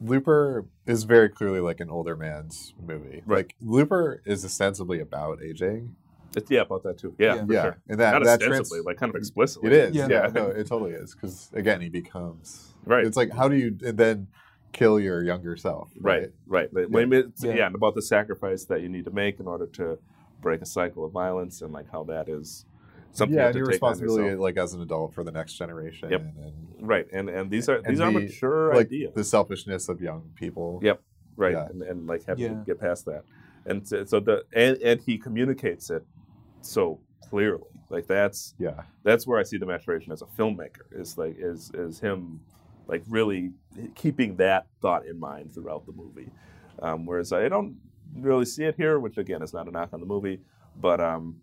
[SPEAKER 1] Looper is very clearly like an older man's movie.
[SPEAKER 6] Right.
[SPEAKER 1] Like Looper is ostensibly about aging.
[SPEAKER 6] It's, yeah, about that too. Yeah,
[SPEAKER 5] Yeah.
[SPEAKER 6] for
[SPEAKER 1] yeah,
[SPEAKER 6] sure.
[SPEAKER 1] and that
[SPEAKER 6] Not
[SPEAKER 1] that trans-
[SPEAKER 6] ostensibly, like kind of explicitly.
[SPEAKER 1] it is.
[SPEAKER 5] Yeah.
[SPEAKER 1] Yeah, no, it totally is. Because again, he becomes
[SPEAKER 6] Right.
[SPEAKER 1] It's like how do you then kill your younger self?
[SPEAKER 6] Right, right. Like, wait a
[SPEAKER 1] Yeah.
[SPEAKER 6] minute.
[SPEAKER 5] Yeah.
[SPEAKER 6] Yeah. and about the sacrifice that you need to make in order to break a cycle of violence and like how that is something
[SPEAKER 1] yeah,
[SPEAKER 6] yeah,
[SPEAKER 1] and
[SPEAKER 6] you
[SPEAKER 1] your
[SPEAKER 6] have to take on
[SPEAKER 1] responsibility
[SPEAKER 6] yourself.
[SPEAKER 1] like as an adult for the next generation.
[SPEAKER 6] Yep.
[SPEAKER 1] And,
[SPEAKER 6] Right, and and these are
[SPEAKER 1] and
[SPEAKER 6] these are
[SPEAKER 1] the-
[SPEAKER 6] mature
[SPEAKER 1] like
[SPEAKER 6] ideas,
[SPEAKER 1] the selfishness of young people.
[SPEAKER 6] Yeah. right?
[SPEAKER 1] yeah.
[SPEAKER 6] And, and like having
[SPEAKER 5] Yeah.
[SPEAKER 6] to get past that, and so, so the and and he communicates it so clearly. Like that's
[SPEAKER 1] Yeah.
[SPEAKER 6] that's where I see the maturation as a filmmaker is like is is him like really keeping that thought in mind throughout the movie. Um, whereas I don't really see it here, which again is not a knock on the movie, but um,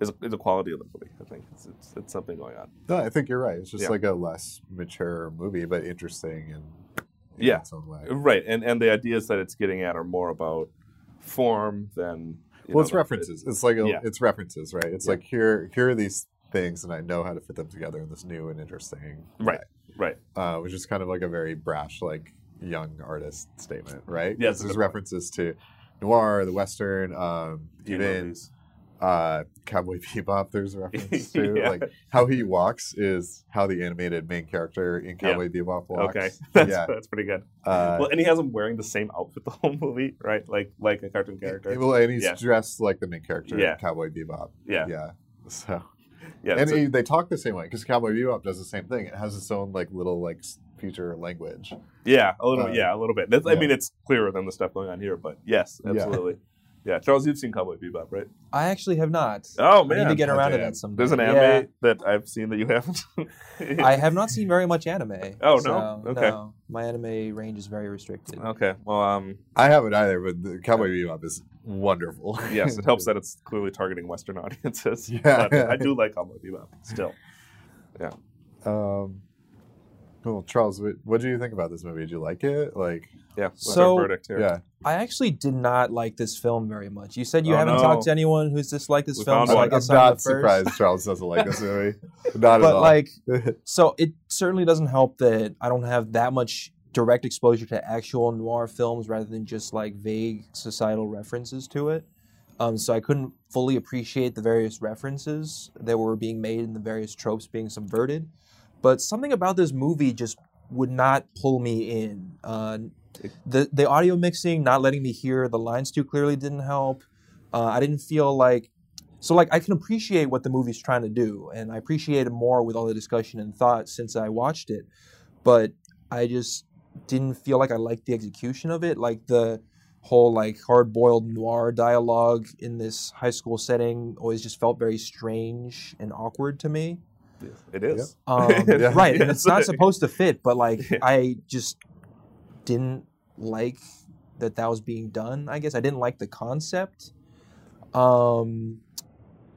[SPEAKER 6] is a, is a quality of the movie. I think it's it's, it's something going on.
[SPEAKER 1] No, I think you're right. It's just
[SPEAKER 6] Yeah.
[SPEAKER 1] like a less mature movie, but interesting and in
[SPEAKER 6] Yeah.
[SPEAKER 1] its own way.
[SPEAKER 6] Right, and and the ideas that it's getting at are more about form than you
[SPEAKER 1] Well,
[SPEAKER 6] know,
[SPEAKER 1] it's
[SPEAKER 6] the-
[SPEAKER 1] references. It's like a,
[SPEAKER 6] Yeah.
[SPEAKER 1] it's references, right? It's
[SPEAKER 6] Yeah.
[SPEAKER 1] like here, here are these things, and I know how to fit them together in this new and interesting,
[SPEAKER 6] Right, right.
[SPEAKER 1] way, Uh, which is kind of like a very brash, like young artist statement, right?
[SPEAKER 6] Yeah,
[SPEAKER 1] Yes,
[SPEAKER 6] it's a
[SPEAKER 1] there's
[SPEAKER 6] good point.
[SPEAKER 1] references to noir, the western, um,
[SPEAKER 6] Teen
[SPEAKER 1] even
[SPEAKER 6] movies.
[SPEAKER 1] uh, Cowboy Bebop. There's a reference to
[SPEAKER 6] Yeah.
[SPEAKER 1] like how he walks is how the animated main character in
[SPEAKER 6] Yeah.
[SPEAKER 1] Cowboy Bebop walks.
[SPEAKER 6] Okay, that's
[SPEAKER 1] yeah.
[SPEAKER 6] that's pretty good.
[SPEAKER 1] Uh,
[SPEAKER 6] well, and he has him wearing the same outfit the whole movie, right? Like like a cartoon character.
[SPEAKER 1] Yeah, Well, and he's
[SPEAKER 6] Yeah.
[SPEAKER 1] dressed like the main character
[SPEAKER 6] Yeah.
[SPEAKER 1] in Cowboy Bebop.
[SPEAKER 6] yeah, yeah.
[SPEAKER 1] Yeah. So, and
[SPEAKER 6] it's a-
[SPEAKER 1] he- they talk the same way because Cowboy Bebop does the same thing. It has its own like little like s- future language.
[SPEAKER 6] Yeah, a little.
[SPEAKER 1] Uh,
[SPEAKER 6] yeah, a little bit. That's, I
[SPEAKER 1] yeah.
[SPEAKER 6] mean, it's clearer than the stuff going on here, but yes,
[SPEAKER 1] Yeah.
[SPEAKER 6] absolutely. Yeah, Charles, you've seen Cowboy Bebop, right?
[SPEAKER 5] I actually have not.
[SPEAKER 6] Oh
[SPEAKER 5] I need to
[SPEAKER 6] man,
[SPEAKER 5] get around to
[SPEAKER 1] damn.
[SPEAKER 5] that someday.
[SPEAKER 6] there's an anime
[SPEAKER 5] Yeah.
[SPEAKER 6] that I've seen that you haven't.
[SPEAKER 5] I have not seen very much anime.
[SPEAKER 6] Oh, no?
[SPEAKER 5] so,
[SPEAKER 6] Okay.
[SPEAKER 5] no. my anime range is very restricted.
[SPEAKER 6] okay, well, um,
[SPEAKER 1] I haven't either, but the Cowboy Bebop is wonderful.
[SPEAKER 6] yes, it helps that it's clearly targeting Western audiences.
[SPEAKER 1] Yeah.
[SPEAKER 6] but I do like Cowboy Bebop still.
[SPEAKER 1] Um, Cool, Charles. What, what do you think about this movie? Did you like it? Like,
[SPEAKER 6] Yeah. what's our
[SPEAKER 5] So-
[SPEAKER 6] verdict here?
[SPEAKER 1] yeah,
[SPEAKER 5] I actually did not like this film very much. You said you
[SPEAKER 6] Oh,
[SPEAKER 5] haven't
[SPEAKER 6] no.
[SPEAKER 5] talked to anyone who's disliked this
[SPEAKER 6] We
[SPEAKER 5] film,
[SPEAKER 6] found
[SPEAKER 5] so I
[SPEAKER 6] one.
[SPEAKER 5] guess
[SPEAKER 1] I'm
[SPEAKER 5] I'm
[SPEAKER 1] not
[SPEAKER 5] the first.
[SPEAKER 1] surprised Charles doesn't like this movie. Not at
[SPEAKER 5] but
[SPEAKER 1] all.
[SPEAKER 5] like so it certainly doesn't help that i don't have that much direct exposure to actual noir films rather than just like vague societal references to it um, so i couldn't fully appreciate the various references that were being made and the various tropes being subverted but something about this movie just would not pull me in uh, the, the audio mixing not letting me hear the lines too clearly didn't help uh, i didn't feel like so like I can appreciate what the movie's trying to do, and I appreciate it more with all the discussion and thought since I watched it. But I just didn't feel like I liked the execution of it, like the whole like hard-boiled noir dialogue in this high school setting always just felt very strange and awkward to me.
[SPEAKER 6] It is.
[SPEAKER 5] Um,
[SPEAKER 6] Yeah.
[SPEAKER 5] Right, and it's not
[SPEAKER 6] Yes.
[SPEAKER 5] supposed to fit, but like
[SPEAKER 6] Yeah.
[SPEAKER 5] I just didn't like that that was being done. I guess I didn't like the concept. Um,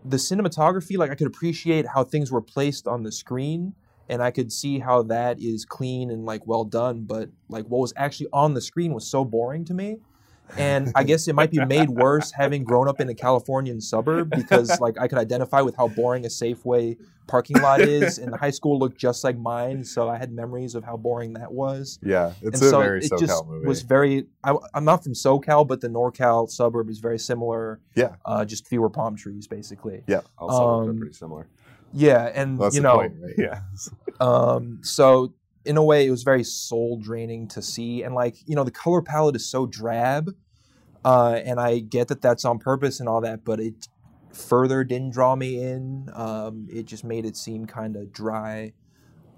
[SPEAKER 5] the cinematography, like I could appreciate how things were placed on the screen, and I could see how that is clean and like well done. But like what was actually on the screen was so boring to me. And I guess it might be made worse having grown up in a Californian suburb because like I could identify with how boring a Safeway parking lot is, and the high school looked just like mine, so I had memories of how boring that was.
[SPEAKER 1] yeah, it's
[SPEAKER 5] and
[SPEAKER 1] a
[SPEAKER 5] so
[SPEAKER 1] very
[SPEAKER 5] it
[SPEAKER 1] SoCal
[SPEAKER 5] just
[SPEAKER 1] movie.
[SPEAKER 5] was very. I, I'm not from SoCal, but the NorCal suburb is very similar.
[SPEAKER 1] Yeah.
[SPEAKER 5] uh, just fewer palm trees, basically.
[SPEAKER 6] Also, looked
[SPEAKER 5] Um,
[SPEAKER 6] pretty similar.
[SPEAKER 5] Yeah, and
[SPEAKER 1] That's
[SPEAKER 5] you
[SPEAKER 1] the
[SPEAKER 5] know,
[SPEAKER 1] point, right?
[SPEAKER 6] Yeah.
[SPEAKER 5] um, so in a way, it was very soul draining to see, and like you know, the color palette is so drab, uh, and I get that that's on purpose and all that, but it further didn't draw me in. Um, it just made it seem kind of dry.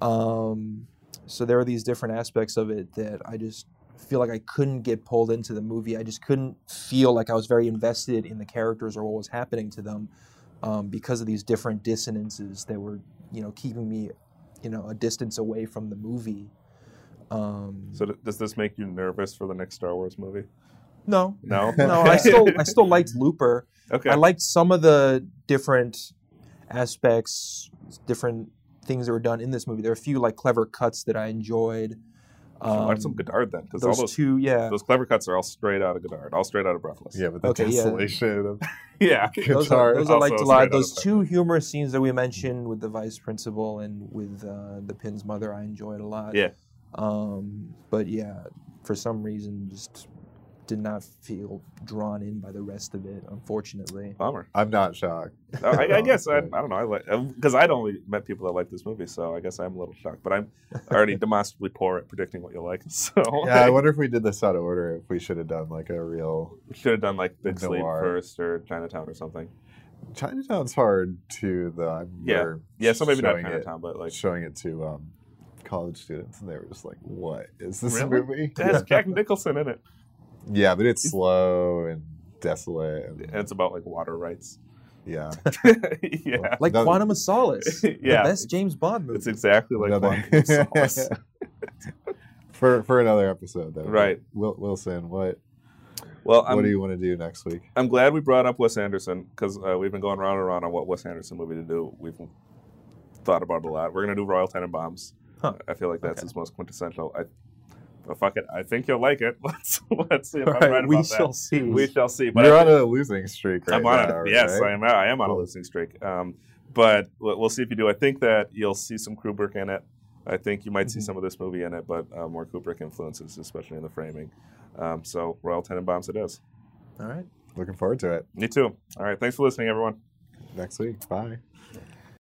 [SPEAKER 5] Um, so there are these different aspects of it that I just feel like I couldn't get pulled into the movie. I just couldn't feel like I was very invested in the characters or what was happening to them um, because of these different dissonances that were, you know, keeping me, you know, a distance away from the movie. Um,
[SPEAKER 6] So, th- does this make you nervous for the next Star Wars movie?
[SPEAKER 5] no,
[SPEAKER 6] No.
[SPEAKER 5] no, I still I still liked Looper.
[SPEAKER 6] okay.
[SPEAKER 5] I liked some of the different aspects, different things that were done in this movie. There are a few like clever cuts that I enjoyed.
[SPEAKER 6] So watch
[SPEAKER 5] Um,
[SPEAKER 6] some Godard then, because all
[SPEAKER 5] those,
[SPEAKER 6] those
[SPEAKER 5] two, yeah,
[SPEAKER 6] those clever cuts are all straight out of Godard, all straight out of Breathless.
[SPEAKER 1] yeah, but the
[SPEAKER 5] Okay, yeah.
[SPEAKER 1] cancellation of
[SPEAKER 6] yeah.
[SPEAKER 5] those
[SPEAKER 1] Guitar
[SPEAKER 5] are, those I
[SPEAKER 6] also
[SPEAKER 5] liked a
[SPEAKER 6] straight
[SPEAKER 5] lot.
[SPEAKER 6] out
[SPEAKER 5] Those
[SPEAKER 6] of
[SPEAKER 5] two humorous scenes that we mentioned with the vice principal and with uh, the pin's mother, I enjoyed a lot.
[SPEAKER 6] Yeah.
[SPEAKER 5] Um, but yeah, for some reason, just did not feel drawn in by the rest of it. Unfortunately.
[SPEAKER 6] Bummer.
[SPEAKER 1] I'm not shocked.
[SPEAKER 6] I, I
[SPEAKER 1] No,
[SPEAKER 6] guess I, I
[SPEAKER 1] right.
[SPEAKER 6] don't know. I like because I'd only met people that like this movie, so I guess I'm a little shocked. But I'm already demonstrably poor at predicting what you like, so
[SPEAKER 1] Yeah, I wonder if we did this out of order. If we should have done like a real
[SPEAKER 6] should have done like Big Sleep
[SPEAKER 1] Noir.
[SPEAKER 6] first or Chinatown or something.
[SPEAKER 1] Chinatown's hard to the I'm
[SPEAKER 6] Yeah.
[SPEAKER 1] remember
[SPEAKER 6] Yeah, so maybe not
[SPEAKER 1] showing it-
[SPEAKER 6] Chinatown, but like
[SPEAKER 1] showing it to um, college students, and they were just like, "What is this
[SPEAKER 6] Really?
[SPEAKER 1] movie?"
[SPEAKER 6] it has
[SPEAKER 1] Yeah.
[SPEAKER 6] Jack Nicholson in it,
[SPEAKER 1] Yeah, but it's slow and desolate. And,
[SPEAKER 6] and it's about like water rights.
[SPEAKER 1] yeah,
[SPEAKER 6] yeah,
[SPEAKER 5] Like
[SPEAKER 1] Another-
[SPEAKER 5] Quantum of Solace,
[SPEAKER 6] Yeah.
[SPEAKER 5] the best James Bond movie.
[SPEAKER 6] it's exactly like
[SPEAKER 1] Another-
[SPEAKER 6] Quantum of Solace.
[SPEAKER 1] for for another episode though.
[SPEAKER 6] Right.
[SPEAKER 1] Wil- Wilson, what
[SPEAKER 6] Well, I'm
[SPEAKER 1] what do you want to do next week?
[SPEAKER 6] I'm glad we brought up Wes Anderson because uh, we've been going round and round on what Wes Anderson movie to do. We've thought about it a lot. We're gonna do Royal Tenenbaums.
[SPEAKER 5] Huh.
[SPEAKER 6] I feel like that's
[SPEAKER 5] Okay.
[SPEAKER 6] his most quintessential. I, well, fuck it. I think you'll like it. Let's let's see if
[SPEAKER 5] All
[SPEAKER 6] I'm right
[SPEAKER 5] right, we
[SPEAKER 6] about
[SPEAKER 5] shall
[SPEAKER 6] that.
[SPEAKER 5] see.
[SPEAKER 6] We shall see. But
[SPEAKER 1] You're
[SPEAKER 6] I,
[SPEAKER 1] on a losing streak right
[SPEAKER 6] I'm on
[SPEAKER 1] now,
[SPEAKER 6] it. Yes, I
[SPEAKER 1] right?
[SPEAKER 6] am. I am on a losing streak. Um, but we'll we'll see if you do. I think that you'll see some Kubrick in it. I think you might see
[SPEAKER 5] Mhm.
[SPEAKER 6] some of this movie in it, but uh, more Kubrick influences, especially in the framing. Um, so Royal Tenenbaums it is.
[SPEAKER 5] All right.
[SPEAKER 1] Looking forward to it
[SPEAKER 6] Me too. All right. Thanks for listening, everyone.
[SPEAKER 1] next week. Bye.